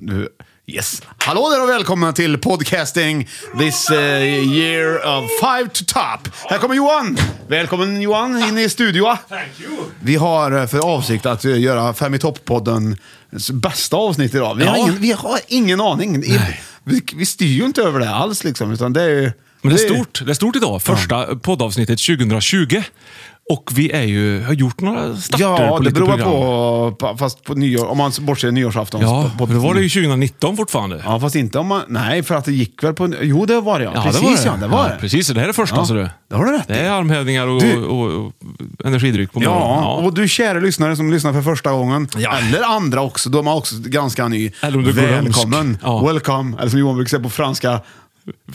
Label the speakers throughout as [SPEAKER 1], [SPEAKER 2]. [SPEAKER 1] Nu- Yes. Hallå där och välkomna till podcasting this eh, year of five to top. Här kommer Johan. Välkommen Johan in i studio.
[SPEAKER 2] Thank you!
[SPEAKER 1] Vi har eh, för avsikt att eh, göra Fem i topp-poddens bästa avsnitt idag. Vi, har,
[SPEAKER 2] Ja.
[SPEAKER 1] ingen, vi har ingen aning. I-
[SPEAKER 2] Nej.
[SPEAKER 1] Vi, vi styr ju inte över det alls liksom, utan det är ju...
[SPEAKER 2] Men det är
[SPEAKER 1] ju-
[SPEAKER 2] stort. Det är stort idag. Första poddavsnittet 2020. Och vi är ju, har gjort några starter
[SPEAKER 1] Ja,
[SPEAKER 2] på
[SPEAKER 1] det
[SPEAKER 2] lite
[SPEAKER 1] beror
[SPEAKER 2] program.
[SPEAKER 1] på, på- fast på nyår, om man bortser nyårsafton.
[SPEAKER 2] Ja,
[SPEAKER 1] på- på-
[SPEAKER 2] då var det ju 2019 fortfarande.
[SPEAKER 1] Ja, fast inte om man... Nej, för att det gick väl på... Jo, det var det ja. precis ja, det var det.
[SPEAKER 2] Precis, det här är första
[SPEAKER 1] Ja,
[SPEAKER 2] så Alltså, du.
[SPEAKER 1] det har du rätt
[SPEAKER 2] Det
[SPEAKER 1] i.
[SPEAKER 2] är armhävningar och,
[SPEAKER 1] Du-
[SPEAKER 2] och, och energidryck på morgonen.
[SPEAKER 1] Ja, och du kära lyssnare som lyssnar för första gången,
[SPEAKER 2] Ja.
[SPEAKER 1] eller andra också, de är också ganska ny.
[SPEAKER 2] Eller om du går
[SPEAKER 1] Välkommen!
[SPEAKER 2] ömsk. Ja.
[SPEAKER 1] Welcome! Eller som Johan brukar säga på franska.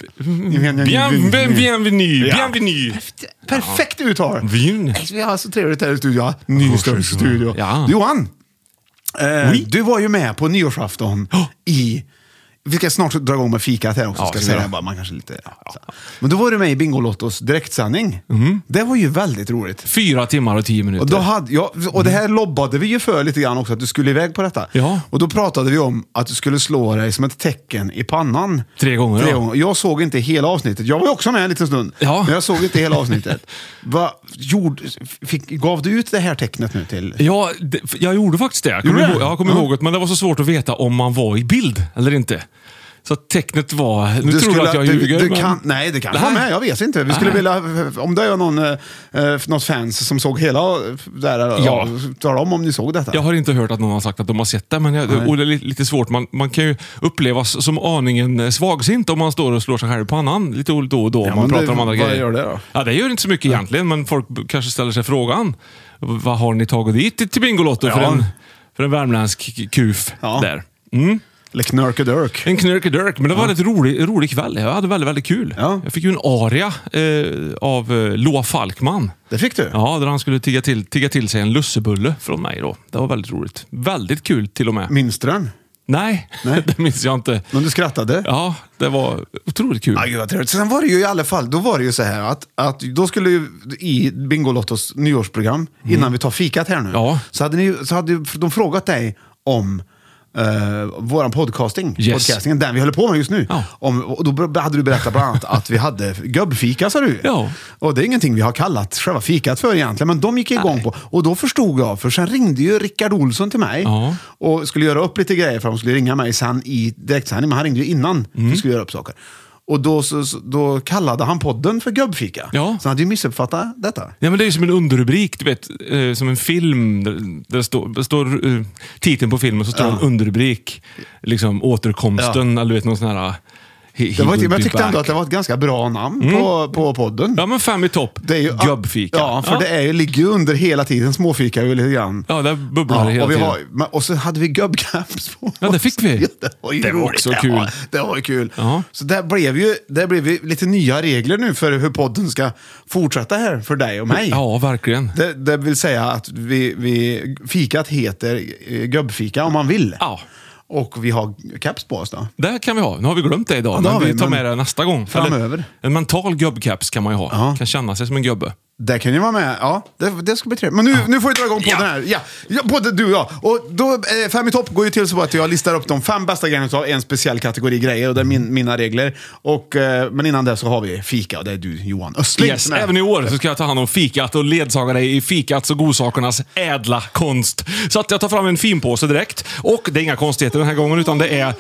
[SPEAKER 2] Bien, bien, bienvenue,
[SPEAKER 1] Ja.
[SPEAKER 2] bienvenue.
[SPEAKER 1] Perfekt uttal! Alltså,
[SPEAKER 2] Vin.
[SPEAKER 1] Vi har så trevligt här i studion. Ny störst studio.
[SPEAKER 2] Ja.
[SPEAKER 1] Johan! Eh,
[SPEAKER 2] Oui.
[SPEAKER 1] Du var ju med på nyårsafton i... Vi ska snart dra igång med fikat här också.
[SPEAKER 2] Ja,
[SPEAKER 1] ska
[SPEAKER 2] ska
[SPEAKER 1] jag
[SPEAKER 2] vi
[SPEAKER 1] säga
[SPEAKER 2] göra.
[SPEAKER 1] det här bara, man kanske lite, ja, så. Men då var du med i Bingolottos direktsändning.
[SPEAKER 2] Mhm.
[SPEAKER 1] Det var ju väldigt roligt.
[SPEAKER 2] Fyra timmar och tio minuter.
[SPEAKER 1] Och, då hade, ja, och det här lobbade vi ju för lite grann också, att du skulle iväg på detta.
[SPEAKER 2] Mm. Ja.
[SPEAKER 1] Och då pratade vi om att du skulle slå dig som ett tecken i pannan.
[SPEAKER 2] Tre gånger,
[SPEAKER 1] Tre
[SPEAKER 2] ja.
[SPEAKER 1] gånger. Jag såg inte hela avsnittet. Jag var ju också med en liten stund,
[SPEAKER 2] Ja.
[SPEAKER 1] men jag såg inte hela avsnittet. Va, gjord, fick, gav du ut det här tecknet nu till...
[SPEAKER 2] Ja, det, jag gjorde faktiskt det. Jag kommer,
[SPEAKER 1] Gjorde du
[SPEAKER 2] ihåg,
[SPEAKER 1] det?
[SPEAKER 2] jag kommer
[SPEAKER 1] Ja.
[SPEAKER 2] ihåg det, men det var så svårt att veta om man var i bild eller inte. Så att tecknet var... Nu tror du att jag
[SPEAKER 1] du,
[SPEAKER 2] ljuger,
[SPEAKER 1] du
[SPEAKER 2] men...
[SPEAKER 1] kan, Nej, det kanske var
[SPEAKER 2] Nej.
[SPEAKER 1] med. Jag vet inte. Vi skulle vilja, om det är någon, eh, något fans som såg hela eh, det här, ja.
[SPEAKER 2] Ja.
[SPEAKER 1] tala om om ni såg detta.
[SPEAKER 2] Jag har inte hört att någon har sagt att de har sett det, men jag, och det är li- lite svårt. Man, man kan ju upplevas som aningen eh, svagsint om man står och slår sig själv i pannan lite o- då och då.
[SPEAKER 1] Ja,
[SPEAKER 2] om man
[SPEAKER 1] men
[SPEAKER 2] pratar
[SPEAKER 1] det-
[SPEAKER 2] om andra
[SPEAKER 1] vad
[SPEAKER 2] grejer.
[SPEAKER 1] gör det då?
[SPEAKER 2] Ja, det gör inte så mycket egentligen, men folk b- kanske ställer sig frågan. Vad har ni tagit dit till- till Bingolotto för,
[SPEAKER 1] Ja.
[SPEAKER 2] en, för en värmländsk k- kuf?
[SPEAKER 1] Ja.
[SPEAKER 2] Där. Mm.
[SPEAKER 1] Eller Knörkedörk.
[SPEAKER 2] En knirkedörk, men det var en väldigt rolig, rolig kväll. Jag hade väldigt, väldigt kul.
[SPEAKER 1] Ja.
[SPEAKER 2] Jag fick ju en aria eh, av eh, Loa Falkman.
[SPEAKER 1] Det fick du.
[SPEAKER 2] Ja, där han skulle tigga till, tigga till sig en lussebulle från mig då. Det var väldigt roligt. Väldigt kul till och med.
[SPEAKER 1] Minns du den?
[SPEAKER 2] Nej,
[SPEAKER 1] Nej.
[SPEAKER 2] det minns jag inte.
[SPEAKER 1] Men du skrattade?
[SPEAKER 2] Ja, det var otroligt kul.
[SPEAKER 1] Ja, gud vad trevligt. Sen var det ju i alla fall, då var det ju så här att, att då skulle ju i Bingolottos nyårsprogram, innan vi tar fikat här nu,
[SPEAKER 2] Mm. Ja.
[SPEAKER 1] så hade, ni, så hade ju de frågat dig om Uh, våran podcasting,
[SPEAKER 2] Yes.
[SPEAKER 1] podcastingen, den vi håller på med just nu.
[SPEAKER 2] Ja.
[SPEAKER 1] Om, och då ber- hade du berättat bland annat att vi hade gubbfika sa du.
[SPEAKER 2] Ja.
[SPEAKER 1] Och det är ingenting vi har kallat själva fikat för egentligen, men de gick igång
[SPEAKER 2] Nej.
[SPEAKER 1] på. Och då förstod jag, för sen ringde ju Rickard Olsson till mig
[SPEAKER 2] Ja.
[SPEAKER 1] och skulle göra upp lite grejer för de skulle ringa mig sen i direktsändning, men han ringde ju innan
[SPEAKER 2] Mm.
[SPEAKER 1] vi skulle göra upp saker. Och då, så, så- då kallade han podden för gubbfika.
[SPEAKER 2] Ja.
[SPEAKER 1] Så han hade ju missuppfattat detta.
[SPEAKER 2] Ja, men det är ju som en underrubrik, du vet. Eh, som en film. Där, där det står, det står eh, titeln på filmen, så står det en underrubrik. Liksom återkomsten, eller du vet, någon sån här... eh, he-
[SPEAKER 1] Det
[SPEAKER 2] he
[SPEAKER 1] var,
[SPEAKER 2] will
[SPEAKER 1] men jag
[SPEAKER 2] be
[SPEAKER 1] tyckte ändå
[SPEAKER 2] back. Mm.
[SPEAKER 1] att det var ett ganska bra namn på, på podden.
[SPEAKER 2] Ja, men fem i topp.
[SPEAKER 1] Det är ju,
[SPEAKER 2] Gubbfika.
[SPEAKER 1] Ja, för det är ju, ligger ju under hela tiden småfika ju lite grann.
[SPEAKER 2] Ja, där bubblar
[SPEAKER 1] Ja,
[SPEAKER 2] det hela
[SPEAKER 1] och, vi
[SPEAKER 2] tiden.
[SPEAKER 1] har, men, och så hade vi gubbcaps på
[SPEAKER 2] Ja, det
[SPEAKER 1] oss.
[SPEAKER 2] fick vi.
[SPEAKER 1] Ja, det var ju
[SPEAKER 2] Det var
[SPEAKER 1] roligt.
[SPEAKER 2] också
[SPEAKER 1] det
[SPEAKER 2] kul.
[SPEAKER 1] Var, det var ju kul.
[SPEAKER 2] Ja.
[SPEAKER 1] Så där blev ju där blev vi lite nya regler nu för hur podden ska fortsätta här för dig och mig.
[SPEAKER 2] Ja, verkligen.
[SPEAKER 1] Det, det vill säga att vi, vi, fikat heter eh, gubbfika om man vill.
[SPEAKER 2] Ja.
[SPEAKER 1] Och vi har caps på oss då.
[SPEAKER 2] Det kan vi ha. Nu har vi glömt det idag,
[SPEAKER 1] Ja, det
[SPEAKER 2] men
[SPEAKER 1] har
[SPEAKER 2] vi
[SPEAKER 1] vi,
[SPEAKER 2] tar
[SPEAKER 1] men
[SPEAKER 2] med det nästa gång.
[SPEAKER 1] framöver.
[SPEAKER 2] Eller, en mental gubbcaps kan man ju ha. Kan känna sig som en gubbe.
[SPEAKER 1] Där kan ni vara med. Ja, det, det ska bli trevligt. Men nu, nu får vi dra igång podden
[SPEAKER 2] Ja.
[SPEAKER 1] här. Ja. Ja, både du och jag. Och då, eh, fem i topp går ju till så att jag listar upp de fem bästa grejerna av en speciell kategori grejer. Och det är min, mina regler. Och, eh, men innan det så har vi fika och det är du Johan Östling.
[SPEAKER 2] Yes,
[SPEAKER 1] som är-
[SPEAKER 2] även i år så ska jag ta hand om fikat och ledsaga dig i fikats och godsakernas ädla konst. Så att jag tar fram en finpåse direkt. Och det är inga konstigheter den här gången, utan det är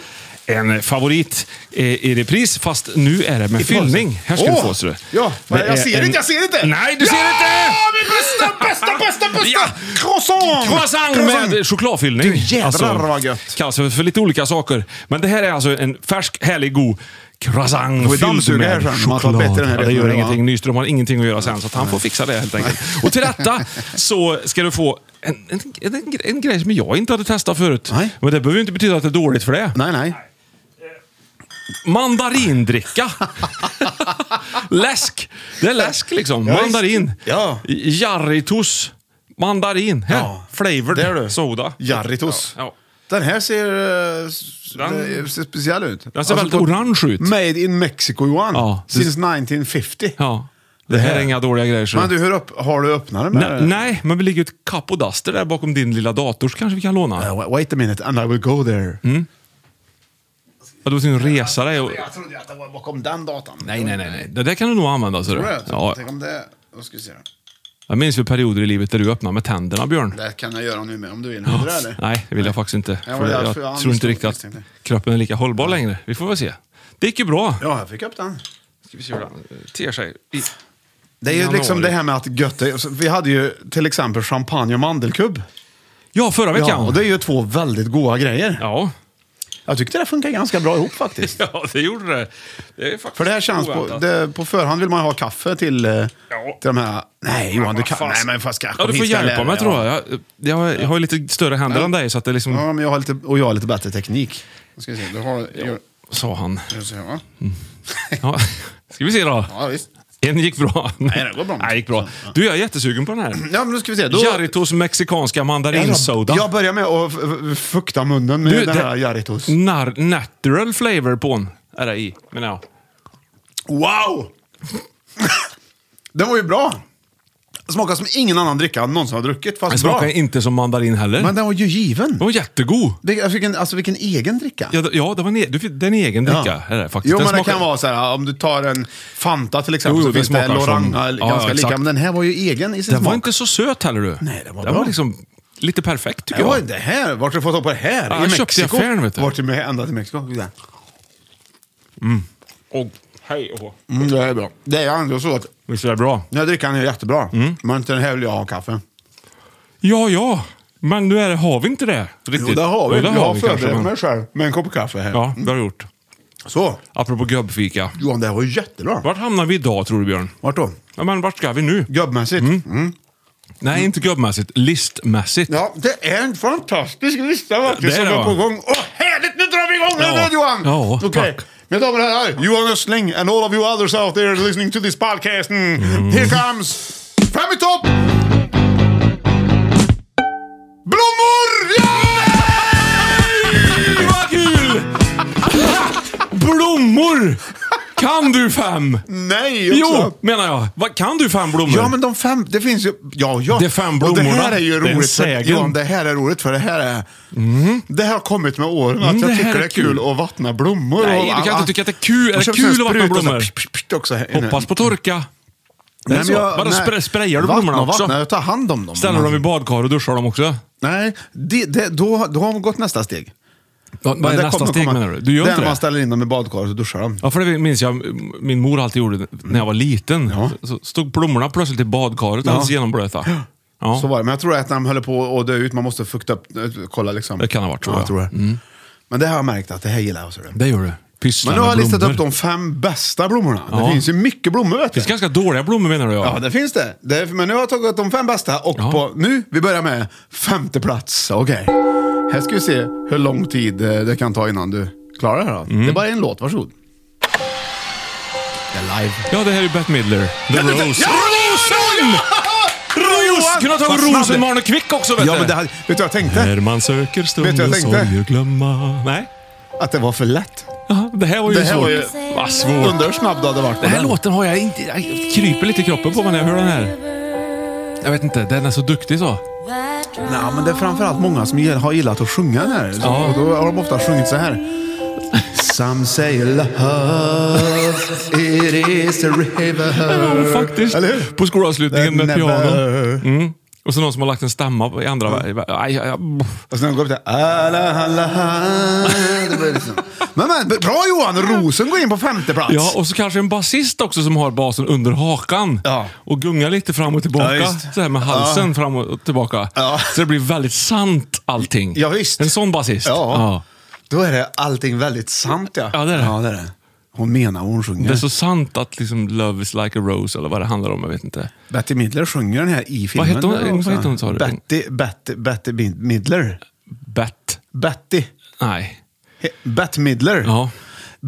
[SPEAKER 2] en favorit eh, i repris, fast nu är det med fyllning. Här ska du
[SPEAKER 1] Åh!
[SPEAKER 2] få. ser du.
[SPEAKER 1] Ja,
[SPEAKER 2] Det
[SPEAKER 1] jag
[SPEAKER 2] är
[SPEAKER 1] ser
[SPEAKER 2] en-
[SPEAKER 1] inte, jag ser inte!
[SPEAKER 2] Nej, du
[SPEAKER 1] ja,
[SPEAKER 2] ser inte!
[SPEAKER 1] Min bästa, bästa, bästa, bästa!
[SPEAKER 2] Ja.
[SPEAKER 1] Croissant!
[SPEAKER 2] Croissant med chokladfyllning.
[SPEAKER 1] Du, jädrar vad gött.
[SPEAKER 2] Kallas för, för lite olika saker. Men det här är alltså en färsk, härlig, god
[SPEAKER 1] Får
[SPEAKER 2] croissant
[SPEAKER 1] vi
[SPEAKER 2] fylld
[SPEAKER 1] dammsuga här
[SPEAKER 2] med
[SPEAKER 1] sen, om man tar
[SPEAKER 2] choklad.
[SPEAKER 1] bättre den här
[SPEAKER 2] ja, det
[SPEAKER 1] rätten
[SPEAKER 2] gör
[SPEAKER 1] nu, va?
[SPEAKER 2] ingenting. Nyström har ingenting att göra sen, så att han får fixa det helt enkelt. Och till detta så ska du få en, en, en, en grej som jag inte hade testat förut.
[SPEAKER 1] Nej.
[SPEAKER 2] Men det behöver ju inte betyda att det är dåligt för det.
[SPEAKER 1] Nej, nej.
[SPEAKER 2] Mandarindricka. läsk. Det är läsk liksom.
[SPEAKER 1] Ja,
[SPEAKER 2] Mandarin.
[SPEAKER 1] visst. Ja.
[SPEAKER 2] Jarritos. Mandarin. Här.
[SPEAKER 1] Ja.
[SPEAKER 2] Flavored
[SPEAKER 1] Där du.
[SPEAKER 2] soda.
[SPEAKER 1] Jarritos.
[SPEAKER 2] Ja.
[SPEAKER 1] Den här ser, eh, s-
[SPEAKER 2] Den-
[SPEAKER 1] eh, ser speciell ut.
[SPEAKER 2] Den ser väldigt
[SPEAKER 1] på-
[SPEAKER 2] Alltså, orange ut.
[SPEAKER 1] Made in Mexico Johan.
[SPEAKER 2] Ja, det-
[SPEAKER 1] Since 1950.
[SPEAKER 2] Ja. Det här är inga dåliga grejer. så-
[SPEAKER 1] Men du, hur upp, har du öppnare med
[SPEAKER 2] Nej, nej, men vi ligger ju ett kapp och duster där bakom din lilla dator så kanske vi kan låna. Ja.
[SPEAKER 1] Uh, wa- Wait a minute and I will go there.
[SPEAKER 2] Du måste ju resa dig. Och...
[SPEAKER 1] Jag trodde att det var bakom den datan.
[SPEAKER 2] Nej, nej, nej, nej. Det där kan du nog använda. Så
[SPEAKER 1] Tror du
[SPEAKER 2] du.
[SPEAKER 1] det?
[SPEAKER 2] Ja.
[SPEAKER 1] Tänk om det... Då ska vi se.
[SPEAKER 2] Jag minns ju perioder i livet där du öppnade med tänderna, Björn.
[SPEAKER 1] Det kan jag göra nu med om du vill. Vill du det eller?
[SPEAKER 2] Nej, det vill jag faktiskt inte.
[SPEAKER 1] Ja,
[SPEAKER 2] För
[SPEAKER 1] det är
[SPEAKER 2] jag
[SPEAKER 1] därför jag
[SPEAKER 2] tror
[SPEAKER 1] misstänkte-
[SPEAKER 2] inte riktigt att
[SPEAKER 1] misstänkte.
[SPEAKER 2] kroppen är lika hållbar längre. Vi får väl se. Det gick ju bra.
[SPEAKER 1] Ja, jag fick upp den.
[SPEAKER 2] Ska vi se hur den ter sig. I...
[SPEAKER 1] Det är ju
[SPEAKER 2] Januari.
[SPEAKER 1] liksom det här med att götta... alltså, Vi hade ju till exempel champagne och mandelkubb.
[SPEAKER 2] Ja, förra veckan.
[SPEAKER 1] Ja, och det är ju två väldigt goda grejer.
[SPEAKER 2] ja.
[SPEAKER 1] Jag tyckte det funkar ganska bra ihop faktiskt.
[SPEAKER 2] ja det gjorde det. det är faktiskt
[SPEAKER 1] För det här känns på,
[SPEAKER 2] oväntat.
[SPEAKER 1] det, på förhand vill man ju ha kaffe till, eh,
[SPEAKER 2] Ja.
[SPEAKER 1] till de här... Nej Johan, du
[SPEAKER 2] vad
[SPEAKER 1] kan...
[SPEAKER 2] fan.
[SPEAKER 1] Nej men fast kanske
[SPEAKER 2] Ja, du får hjälpa mig tror jag. Jag, jag, har- jag har ju lite större händer än dig, så att det liksom...
[SPEAKER 1] Ja, men jag har lite, och jag har lite bättre teknik. Nu ska vi se, du har... Gör,
[SPEAKER 2] Sa han.
[SPEAKER 1] gör så här, va?
[SPEAKER 2] Mm. Ja. Ska vi se då.
[SPEAKER 1] Ja, visst.
[SPEAKER 2] En gick bra.
[SPEAKER 1] Nej, det går bra.
[SPEAKER 2] Nej, gick bra. Du, jag är jättesugen på den här.
[SPEAKER 1] Ja, men nu ska vi se. Då,
[SPEAKER 2] Jarritos mexikanska mandarinsoda.
[SPEAKER 1] Jag börjar med att f- f- fukta munnen med
[SPEAKER 2] Du,
[SPEAKER 1] den
[SPEAKER 2] det- Mm.
[SPEAKER 1] här Jarritos.
[SPEAKER 2] Nar- natural flavor på den är det i, menar jag.
[SPEAKER 1] Wow! den var ju bra. Smakar som ingen annan dricka jag någonsin har druckit,
[SPEAKER 2] Den
[SPEAKER 1] fast
[SPEAKER 2] smakar Mm.
[SPEAKER 1] bra.
[SPEAKER 2] inte som mandarin heller.
[SPEAKER 1] Men den var ju given.
[SPEAKER 2] Den var jättegod.
[SPEAKER 1] Det- Jag fick en, alltså vilken egen dricka.
[SPEAKER 2] Ja, det- ja det, var en, e- du, fick- det är en egen dricka. Är det, faktiskt.
[SPEAKER 1] Jo,
[SPEAKER 2] Den
[SPEAKER 1] men det
[SPEAKER 2] smakar-
[SPEAKER 1] kan vara så här, om du tar en Fanta till exempel,
[SPEAKER 2] Jo,
[SPEAKER 1] så
[SPEAKER 2] jo, det
[SPEAKER 1] finns det
[SPEAKER 2] smakar som-
[SPEAKER 1] Loranga eller
[SPEAKER 2] Ja,
[SPEAKER 1] ganska
[SPEAKER 2] ja,
[SPEAKER 1] lika.
[SPEAKER 2] exakt.
[SPEAKER 1] Men den här var ju egen i sin
[SPEAKER 2] Den
[SPEAKER 1] smak.
[SPEAKER 2] var inte så söt heller du.
[SPEAKER 1] Nej, den var
[SPEAKER 2] den
[SPEAKER 1] bra.
[SPEAKER 2] var liksom lite perfekt tycker
[SPEAKER 1] det, var
[SPEAKER 2] jag.
[SPEAKER 1] ju det här, vart har du fått tag på det här?
[SPEAKER 2] Ja,
[SPEAKER 1] I
[SPEAKER 2] jag köpte i
[SPEAKER 1] Mexiko?
[SPEAKER 2] affären, vet du.
[SPEAKER 1] Vart till, ända till Mexiko? Ja.
[SPEAKER 2] Och, hej och hå.
[SPEAKER 1] Mm, det är bra. Det är ändå så att
[SPEAKER 2] Visst är det bra?
[SPEAKER 1] den här drickan är jättebra.
[SPEAKER 2] Mm.
[SPEAKER 1] Men inte den här vill jag ha kaffe.
[SPEAKER 2] Ja, ja. Men nu är det, har vi inte det riktigt?
[SPEAKER 1] Jo, det har vi.
[SPEAKER 2] Jo, det
[SPEAKER 1] jag har
[SPEAKER 2] vi kanske,
[SPEAKER 1] förberett
[SPEAKER 2] men-
[SPEAKER 1] mig själv med en kopp kaffe här.
[SPEAKER 2] Ja, det har du gjort.
[SPEAKER 1] Så,
[SPEAKER 2] Apropå gubbfika.
[SPEAKER 1] Johan, det här var ju jättebra.
[SPEAKER 2] Vart hamnar vi idag tror du Björn?
[SPEAKER 1] Vart då?
[SPEAKER 2] Ja, men vart ska vi nu?
[SPEAKER 1] Gubbmässigt? Mm.
[SPEAKER 2] Nej, inte gubbmässigt. Listmässigt.
[SPEAKER 1] Ja, det är en fantastisk lista verkligen
[SPEAKER 2] Det
[SPEAKER 1] som
[SPEAKER 2] är det,
[SPEAKER 1] är
[SPEAKER 2] va?
[SPEAKER 1] på gång. Åh, härligt! Nu drar vi igång den
[SPEAKER 2] Ja.
[SPEAKER 1] här, Johan!
[SPEAKER 2] Ja,
[SPEAKER 1] Okej.
[SPEAKER 2] tack.
[SPEAKER 1] Mina damer och herrar, Johan Östling and all of you others out there listening to this podcast. Mm. Here comes Fem i topp! Blommor!
[SPEAKER 2] Nej, Vad kul! blommor! Kan du fem?
[SPEAKER 1] Nej,
[SPEAKER 2] Jo,
[SPEAKER 1] också.
[SPEAKER 2] menar jag. Vad- Kan du fem blommor?
[SPEAKER 1] Ja, men de fem, det finns ju... Ja, ja.
[SPEAKER 2] Det är fem
[SPEAKER 1] Och Det här
[SPEAKER 2] blommorna.
[SPEAKER 1] är ju
[SPEAKER 2] Det är en
[SPEAKER 1] roligt. För,
[SPEAKER 2] sägen.
[SPEAKER 1] Johan, det här är roligt för det här är... Det här har kommit med åren. Att
[SPEAKER 2] Mm,
[SPEAKER 1] jag
[SPEAKER 2] det
[SPEAKER 1] tycker
[SPEAKER 2] här är
[SPEAKER 1] det är kul,
[SPEAKER 2] kul.
[SPEAKER 1] att vattna blommor.
[SPEAKER 2] Nej,
[SPEAKER 1] och,
[SPEAKER 2] du kan inte
[SPEAKER 1] ah, ah.
[SPEAKER 2] tycka att det är kul. Är
[SPEAKER 1] Och
[SPEAKER 2] det
[SPEAKER 1] så
[SPEAKER 2] kul
[SPEAKER 1] finns
[SPEAKER 2] att vattna
[SPEAKER 1] spruta så här,
[SPEAKER 2] blommor?
[SPEAKER 1] psh, psh, psh, också här inne.
[SPEAKER 2] Hoppas på torka.
[SPEAKER 1] Nej,
[SPEAKER 2] så. Vadå,
[SPEAKER 1] nej.
[SPEAKER 2] spray- sprayar du
[SPEAKER 1] Vattna
[SPEAKER 2] blommorna
[SPEAKER 1] och
[SPEAKER 2] också?
[SPEAKER 1] Vattna, jag tar hand om dem.
[SPEAKER 2] Ställer dem i badkar och duschar dem också?
[SPEAKER 1] Nej, det, det, då, då har man gått nästa steg.
[SPEAKER 2] Ja, Vad
[SPEAKER 1] Men
[SPEAKER 2] är
[SPEAKER 1] det
[SPEAKER 2] nästa
[SPEAKER 1] kommer
[SPEAKER 2] steg
[SPEAKER 1] komma-
[SPEAKER 2] menar du? Du gör
[SPEAKER 1] det är
[SPEAKER 2] inte
[SPEAKER 1] när man
[SPEAKER 2] det?
[SPEAKER 1] ställer in dem i badkaret och duschar dem.
[SPEAKER 2] Ja, för det minns jag min mor alltid gjorde när jag var liten.
[SPEAKER 1] Ja.
[SPEAKER 2] Så stod blommorna plötsligt i badkaret
[SPEAKER 1] Ja.
[SPEAKER 2] alldeles genomblöta. Ja.
[SPEAKER 1] Så var det. Men jag tror att när de höll på att dö ut, man måste fukta upp, kolla liksom.
[SPEAKER 2] Det kan ha varit så,
[SPEAKER 1] Ja,
[SPEAKER 2] ja. Mm.
[SPEAKER 1] jag tror det. Men det har jag märkt att det här gillar jag. Så det.
[SPEAKER 2] Det gör du. pyssla
[SPEAKER 1] Men nu har
[SPEAKER 2] med
[SPEAKER 1] jag listat
[SPEAKER 2] blommor.
[SPEAKER 1] upp de fem bästa blommorna.
[SPEAKER 2] Ja.
[SPEAKER 1] Det finns ju mycket blommor vet
[SPEAKER 2] Det
[SPEAKER 1] du.
[SPEAKER 2] är ganska dåliga blommor menar du? Ja.
[SPEAKER 1] Ja, det finns det. det är, men nu har jag tagit de fem bästa och
[SPEAKER 2] Ja.
[SPEAKER 1] på, nu, vi börjar med femte plats. Okej. Här ska vi se hur lång tid eh, det kan ta innan du klarar det här då. Det är bara en låt, varsågod. Mm. Det är live.
[SPEAKER 2] ja, det här är Bette Midler. The
[SPEAKER 1] Ja, det-
[SPEAKER 2] Rose.
[SPEAKER 1] ja,
[SPEAKER 2] Rosen! Ros! Kunde ha tagit
[SPEAKER 1] Vad snabb
[SPEAKER 2] Rosen
[SPEAKER 1] du-
[SPEAKER 2] med Arne Kvick också vet
[SPEAKER 1] Ja,
[SPEAKER 2] du.
[SPEAKER 1] men det hade, vet du vad jag tänkte?
[SPEAKER 2] När man söker
[SPEAKER 1] Vet du vad jag
[SPEAKER 2] stundens
[SPEAKER 1] tänkte?
[SPEAKER 2] sorger glömma. Nej.
[SPEAKER 1] Att det var för lätt.
[SPEAKER 2] Jaha, det här var ju
[SPEAKER 1] Det här
[SPEAKER 2] svårt.
[SPEAKER 1] var ju-
[SPEAKER 2] Vad svårt.
[SPEAKER 1] Undrar hur snabb du hade varit på
[SPEAKER 2] Den här
[SPEAKER 1] den.
[SPEAKER 2] låten har jag inte... Jag kryper lite i kroppen på mig när jag hör den här. Jag vet inte, den är så duktig så.
[SPEAKER 1] Nej, men det är framförallt många som gill- har gillat att sjunga den här. Så- Och då har de ofta sjungit så här. Some say love, it is a river.
[SPEAKER 2] Ja, faktiskt.
[SPEAKER 1] Mm. Eller hur?
[SPEAKER 2] På skolavslutningen med
[SPEAKER 1] Never.
[SPEAKER 2] piano. Mm. Och så någon som har lagt en stamma i andra... Aj, aj, aj.
[SPEAKER 1] Och sen går vi till alla, alla, alla. Det blir liksom. Men, men bra Johan! Rosen går in på femte plats.
[SPEAKER 2] Ja, och så kanske en basist också som har basen under hakan.
[SPEAKER 1] Ja.
[SPEAKER 2] Och gungar lite fram och tillbaka.
[SPEAKER 1] Ja, visst.
[SPEAKER 2] så här med halsen fram och tillbaka.
[SPEAKER 1] Ja.
[SPEAKER 2] Så det blir väldigt sant allting.
[SPEAKER 1] Ja, visst.
[SPEAKER 2] En sån basist.
[SPEAKER 1] Ja. Då är det allting väldigt sant ja.
[SPEAKER 2] Ja, det är det.
[SPEAKER 1] Ja, det, är det. Hon menar vad hon sjunger.
[SPEAKER 2] Det är så sant att liksom love is like a rose, eller vad det handlar om. Jag vet inte.
[SPEAKER 1] Betty Midler sjunger den här i filmen.
[SPEAKER 2] heter hon-
[SPEAKER 1] också.
[SPEAKER 2] vad heter hon, sa du?
[SPEAKER 1] Betty, Betty, Betty Mid- Midler.
[SPEAKER 2] Bet.
[SPEAKER 1] Betty.
[SPEAKER 2] Nej.
[SPEAKER 1] He- Bette Midler.
[SPEAKER 2] Ja. Mm.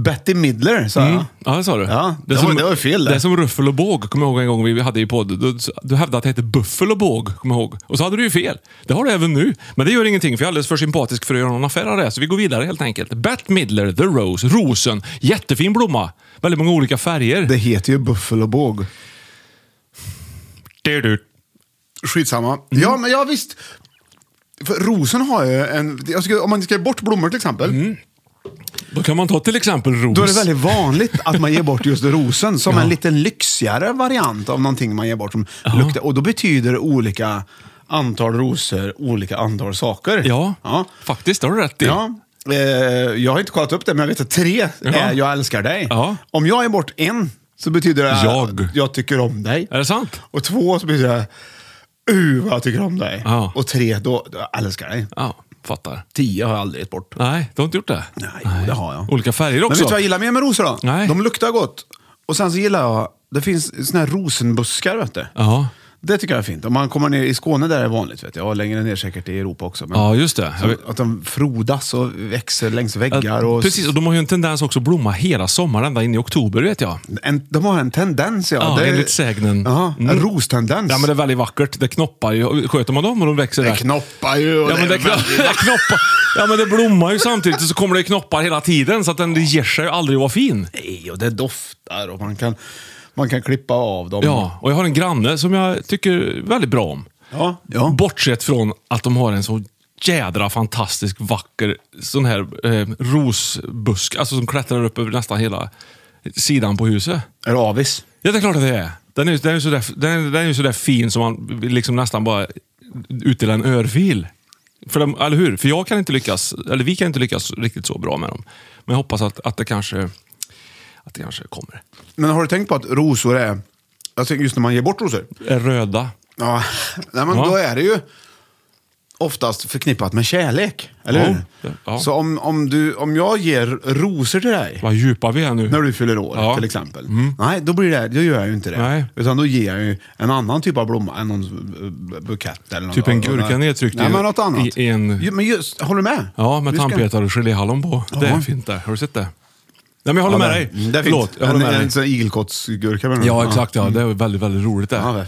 [SPEAKER 1] Betty Midler, sa jag.
[SPEAKER 2] Ja, det sa du.
[SPEAKER 1] Ja, det var- det var fel det.
[SPEAKER 2] Det är som ruffel och båg, kommer jag ihåg en gång vi hade i podd. Du, du hävdade att det hette buffel och båg, kommer jag ihåg. Och så hade du ju fel. Det har du även nu. Men det gör ingenting, för jag är alldeles för sympatisk för att göra någon affär av det. Så vi går vidare helt enkelt. Bette Midler, The Rose, Rosen. Jättefin blomma. Väldigt många olika färger.
[SPEAKER 1] Det heter ju buffel och båg.
[SPEAKER 2] Det är du.
[SPEAKER 1] Skitsamma. Ja, men ja, visst. För rosen har ju en... Jag ska, om man ska ge bort blommor till exempel,
[SPEAKER 2] Mm. Då kan man ta till exempel ros.
[SPEAKER 1] då är det väldigt vanligt att man ger bort just rosen som en liten lyxigare variant av någonting man ger bort. Som luktar, och då betyder olika antal rosor olika antal saker.
[SPEAKER 2] Ja, faktiskt. Det har du rätt i.
[SPEAKER 1] Ja. Eh, jag har inte kollat upp det, men jag vet att tre är jag älskar dig.
[SPEAKER 2] Ja.
[SPEAKER 1] Om jag är bort en så betyder det
[SPEAKER 2] Jag.
[SPEAKER 1] att jag tycker om dig.
[SPEAKER 2] Är det sant?
[SPEAKER 1] Och två så betyder det uh vad jag tycker om dig.
[SPEAKER 2] Ja.
[SPEAKER 1] Och tre, då, då jag älskar dig.
[SPEAKER 2] Ja, fattar.
[SPEAKER 1] Tio har jag aldrig gett bort.
[SPEAKER 2] Nej, du har inte gjort det?
[SPEAKER 1] Nej, jo, det har jag.
[SPEAKER 2] Olika färger
[SPEAKER 1] Men
[SPEAKER 2] också.
[SPEAKER 1] vet du vad jag gillar mer med rosor då?
[SPEAKER 2] Nej.
[SPEAKER 1] De luktar gott. Och sen så gillar jag, det finns såna här rosenbuskar vet du.
[SPEAKER 2] Ja.
[SPEAKER 1] Det tycker jag är fint. Om man kommer ner i Skåne där är det vanligt vet jag. Och längre ner säkert i Europa också. Men
[SPEAKER 2] ja, just det. Jag vet-
[SPEAKER 1] Så Att de frodas och växer längs väggar. Och
[SPEAKER 2] Precis, och de har ju en tendens också att blomma hela sommaren, ända in i oktober vet jag.
[SPEAKER 1] En, de har en tendens, ja.
[SPEAKER 2] Ja,
[SPEAKER 1] Det är-
[SPEAKER 2] enligt sägnen.
[SPEAKER 1] Ja, en
[SPEAKER 2] Mm.
[SPEAKER 1] rostendens.
[SPEAKER 2] Ja, men det är väldigt vackert. Det knoppar ju. Sköter man dem och de växer
[SPEAKER 1] det
[SPEAKER 2] där?
[SPEAKER 1] knoppar ju. och
[SPEAKER 2] Ja, men
[SPEAKER 1] det
[SPEAKER 2] det,
[SPEAKER 1] är
[SPEAKER 2] kno- det knoppar. Ja, men det blommar ju samtidigt och så kommer det knoppar hela tiden så att den det ger sig ju aldrig att vara fin.
[SPEAKER 1] väldigt- och det doftar och man kan, man kan klippa av dem.
[SPEAKER 2] Ja, och jag har en granne som jag tycker väldigt bra om.
[SPEAKER 1] Ja, ja.
[SPEAKER 2] Bortsett från att de har en så jädra fantastisk vacker sån här eh, rosbusk, alltså som klättrar upp över nästan hela sidan på huset.
[SPEAKER 1] Är det avis?
[SPEAKER 2] Ja, det är klart att det är. Den är ju den är ju sådär, den, den är ju sådär fin som man vill liksom nästan bara utdelar en örfil. För dem, eller hur? För jag kan inte lyckas, eller vi kan inte lyckas riktigt så bra med dem. Men jag hoppas att, att det kanske att det kanske kommer.
[SPEAKER 1] Men har du tänkt på att rosor är... Jag tänker just när man ger bort rosor.
[SPEAKER 2] Är röda.
[SPEAKER 1] Ja, nej, men
[SPEAKER 2] Ja.
[SPEAKER 1] då är det ju oftast förknippat med kärlek. Eller
[SPEAKER 2] Ja,
[SPEAKER 1] hur?
[SPEAKER 2] det- ja.
[SPEAKER 1] Så om, om, du, om jag ger rosor till dig.
[SPEAKER 2] Vad djupa vi är nu.
[SPEAKER 1] När du fyller år
[SPEAKER 2] Ja. Mm.
[SPEAKER 1] till exempel. Nej, då, blir det, då gör jag ju inte det.
[SPEAKER 2] Nej.
[SPEAKER 1] Utan då ger jag ju en annan typ av blomma, en någon eh, bukett eller något.
[SPEAKER 2] Typ en gurka nedtryckt
[SPEAKER 1] Nej,
[SPEAKER 2] i-
[SPEAKER 1] men något annat.
[SPEAKER 2] i- i en-
[SPEAKER 1] Jo, men just, håller du med?
[SPEAKER 2] Ja, med
[SPEAKER 1] Vi ska-
[SPEAKER 2] tandpetare och geléhallon på. Det är
[SPEAKER 1] Ja.
[SPEAKER 2] fint det. Har du sett det? Nej, men jag håller
[SPEAKER 1] Ja,
[SPEAKER 2] med
[SPEAKER 1] det-
[SPEAKER 2] dig.
[SPEAKER 1] mm, Det är fint.
[SPEAKER 2] Förlåt, jag håller
[SPEAKER 1] en,
[SPEAKER 2] med dig.
[SPEAKER 1] en sån här igelkottsgurka menar du?
[SPEAKER 2] Ja, exakt. Ja. Det är väldigt, väldigt roligt det.
[SPEAKER 1] Ja, det-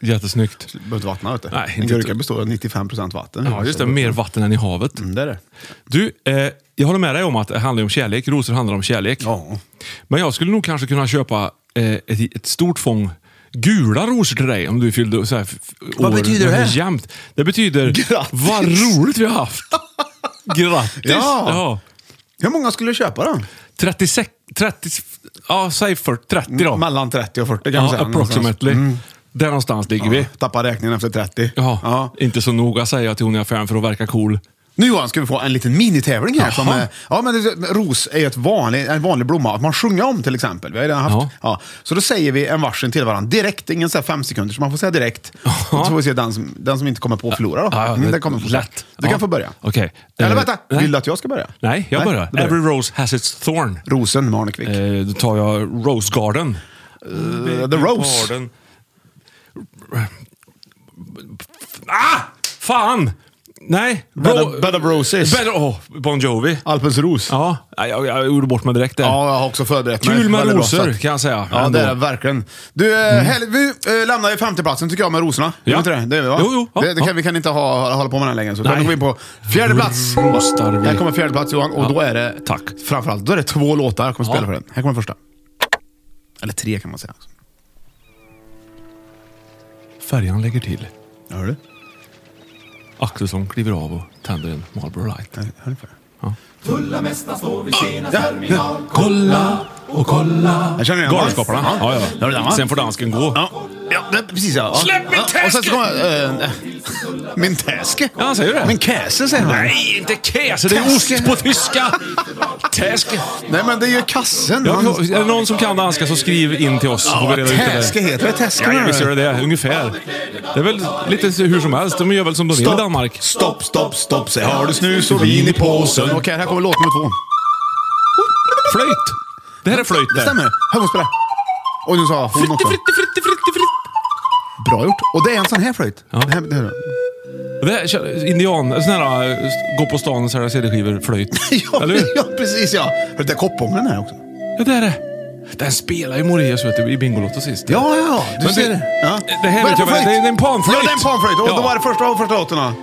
[SPEAKER 2] Jättesnyggt.
[SPEAKER 1] Du behöver inte vattna vet du.
[SPEAKER 2] Nej,
[SPEAKER 1] en
[SPEAKER 2] inte
[SPEAKER 1] gurka
[SPEAKER 2] ett-
[SPEAKER 1] består av 95% vatten.
[SPEAKER 2] Ja, just det. Mer vatten än i havet.
[SPEAKER 1] Mm, det är det.
[SPEAKER 2] Du, eh, jag håller med dig om att det handlar om kärlek. Rosor handlar om kärlek.
[SPEAKER 1] Ja.
[SPEAKER 2] Men jag skulle nog kanske kunna köpa eh, ett, ett stort fång gula rosor till dig om du fyllde så här, f- f-
[SPEAKER 1] Vad
[SPEAKER 2] år
[SPEAKER 1] betyder det?
[SPEAKER 2] Jämt. Det betyder
[SPEAKER 1] Grattis!
[SPEAKER 2] vad roligt vi har haft. Grattis!
[SPEAKER 1] Ja. Hur många skulle du köpa då?
[SPEAKER 2] 36, 30, ja säg för 30 då.
[SPEAKER 1] Mm, Mellan 30 och 40 kan man
[SPEAKER 2] ja,
[SPEAKER 1] säga.
[SPEAKER 2] approximately.
[SPEAKER 1] någonstans.
[SPEAKER 2] Där någonstans ligger vi.
[SPEAKER 1] Mm. Tappar räkningen efter 30.
[SPEAKER 2] Ja, inte så noga säger jag till hon i affären för att verka cool.
[SPEAKER 1] Nu Johan ska vi få en liten minitävling här. Som, eh, ja, men det- ros är ju ett vanlig, en vanlig blomma att man sjunger om till exempel. Vi har ju redan haft,
[SPEAKER 2] Ja.
[SPEAKER 1] ja. så då säger vi en varsin till varandra direkt, ingen så här fem sekunder, så man får säga direkt. Och så får vi se den som, den som inte kommer på förlorar. Då.
[SPEAKER 2] Ja, ja,
[SPEAKER 1] Mm,
[SPEAKER 2] det-
[SPEAKER 1] den kommer få säga.
[SPEAKER 2] lätt.
[SPEAKER 1] Du
[SPEAKER 2] Ja.
[SPEAKER 1] kan få börja.
[SPEAKER 2] Okej.
[SPEAKER 1] Eller
[SPEAKER 2] Eh,
[SPEAKER 1] vänta,
[SPEAKER 2] nej.
[SPEAKER 1] vill du att jag ska börja?
[SPEAKER 2] Nej, jag börjar.
[SPEAKER 1] då börjar
[SPEAKER 2] Every
[SPEAKER 1] du.
[SPEAKER 2] rose has its thorn.
[SPEAKER 1] Rosen med Arne Kvick.
[SPEAKER 2] Eh, då tar jag Rose Garden.
[SPEAKER 1] the Rose.
[SPEAKER 2] Garden. Ah! Fan! Nej.
[SPEAKER 1] Bed
[SPEAKER 2] Ro-
[SPEAKER 1] of- Bed of Roses.
[SPEAKER 2] Bed of- åh, bon Jovi.
[SPEAKER 1] Alpens ros. Ja.
[SPEAKER 2] Ja, nej, jag, jag gjorde bort mig direkt där.
[SPEAKER 1] jag har också förberett mig.
[SPEAKER 2] Kul med
[SPEAKER 1] Väldigt bra
[SPEAKER 2] rosor
[SPEAKER 1] satt.
[SPEAKER 2] kan jag säga.
[SPEAKER 1] Ja,
[SPEAKER 2] ändå. Mm.
[SPEAKER 1] det är det verkligen. Du, eh, hell- vi eh, lämnar ju femteplatsen tycker jag med rosorna.
[SPEAKER 2] Ja.
[SPEAKER 1] Ja. Inte det? Det, är vi, va?
[SPEAKER 2] Jo, jo, ja,
[SPEAKER 1] det, det kan,
[SPEAKER 2] ja.
[SPEAKER 1] Vi kan inte ha, hålla på med den här längre. Så utan
[SPEAKER 2] Nej.
[SPEAKER 1] då går vi in på fjärde plats.
[SPEAKER 2] Rostar vi.
[SPEAKER 1] Här kommer fjärde plats Johan och
[SPEAKER 2] Ja.
[SPEAKER 1] då är det
[SPEAKER 2] Tack.
[SPEAKER 1] framförallt då är det två låtar jag kommer
[SPEAKER 2] Ja.
[SPEAKER 1] spela för den. Här kommer första. Eller tre kan man säga.
[SPEAKER 2] Färjan lägger till.
[SPEAKER 1] Hör du?
[SPEAKER 2] Axelsson kliver av och tänder en Marlboro Light.
[SPEAKER 1] Hör- Hör ni för?
[SPEAKER 2] Kolla och kolla.
[SPEAKER 1] Jag känner igen
[SPEAKER 2] Galenskaparna.
[SPEAKER 1] den.
[SPEAKER 2] Ja,
[SPEAKER 1] Hör du den va?
[SPEAKER 2] ja. Sen får dansken gå.
[SPEAKER 1] Ja, ja det, precis ja. ja.
[SPEAKER 2] Släpp min
[SPEAKER 1] Ja, Och sen
[SPEAKER 2] täske!
[SPEAKER 1] så kommer eh, eh, Min täske?
[SPEAKER 2] Ja, han säger det.
[SPEAKER 1] Min käse säger han.
[SPEAKER 2] Nej, inte käse. Det är ost på tyska. Täske.
[SPEAKER 1] Nej, men det är ju kassen.
[SPEAKER 2] Ja,
[SPEAKER 1] Han-
[SPEAKER 2] är det någon som kan danska så skriv in till oss. så får vi
[SPEAKER 1] Ja,
[SPEAKER 2] reda ut det där.
[SPEAKER 1] täske heter det. Täske
[SPEAKER 2] Ja,
[SPEAKER 1] menar
[SPEAKER 2] ja,
[SPEAKER 1] du?
[SPEAKER 2] visst gör det det. Ungefär. Det är väl lite så- hur som helst. De gör väl som de vill i Danmark.
[SPEAKER 1] stopp, stopp, stopp. Säg, har du snus och vin i påsen? Okej, här kommer låt nummer två.
[SPEAKER 2] Flöjt. Det här är flöjt
[SPEAKER 1] Det
[SPEAKER 2] det.
[SPEAKER 1] stämmer. Här får spela. Och nu sa hon
[SPEAKER 2] Fritti,
[SPEAKER 1] också.
[SPEAKER 2] fritti, fritti, fritti, fritti.
[SPEAKER 1] Bra gjort. Och det är en sån här flöjt.
[SPEAKER 2] Ja.
[SPEAKER 1] Det här, det här.
[SPEAKER 2] Det här, kör- indian... Sån här... eh, Gå på stan och sälja CD-skivor. Flöjt.
[SPEAKER 1] Ja,
[SPEAKER 2] Eller hur?
[SPEAKER 1] ja, precis ja. Hör du, det är koppånglen här också.
[SPEAKER 2] Ja, det är det. Den spelar ju Moraeus vet du, i Bingolotto sist.
[SPEAKER 1] Ja, ja, du
[SPEAKER 2] Men
[SPEAKER 1] ser
[SPEAKER 2] det-
[SPEAKER 1] det. Ja.
[SPEAKER 2] det här
[SPEAKER 1] Vad
[SPEAKER 2] vet jag
[SPEAKER 1] för
[SPEAKER 2] väl,
[SPEAKER 1] flöjt?
[SPEAKER 2] det är en panflöjt.
[SPEAKER 1] Ja, det är en panflöjt. Och
[SPEAKER 2] Ja.
[SPEAKER 1] då var det första av första låtarna.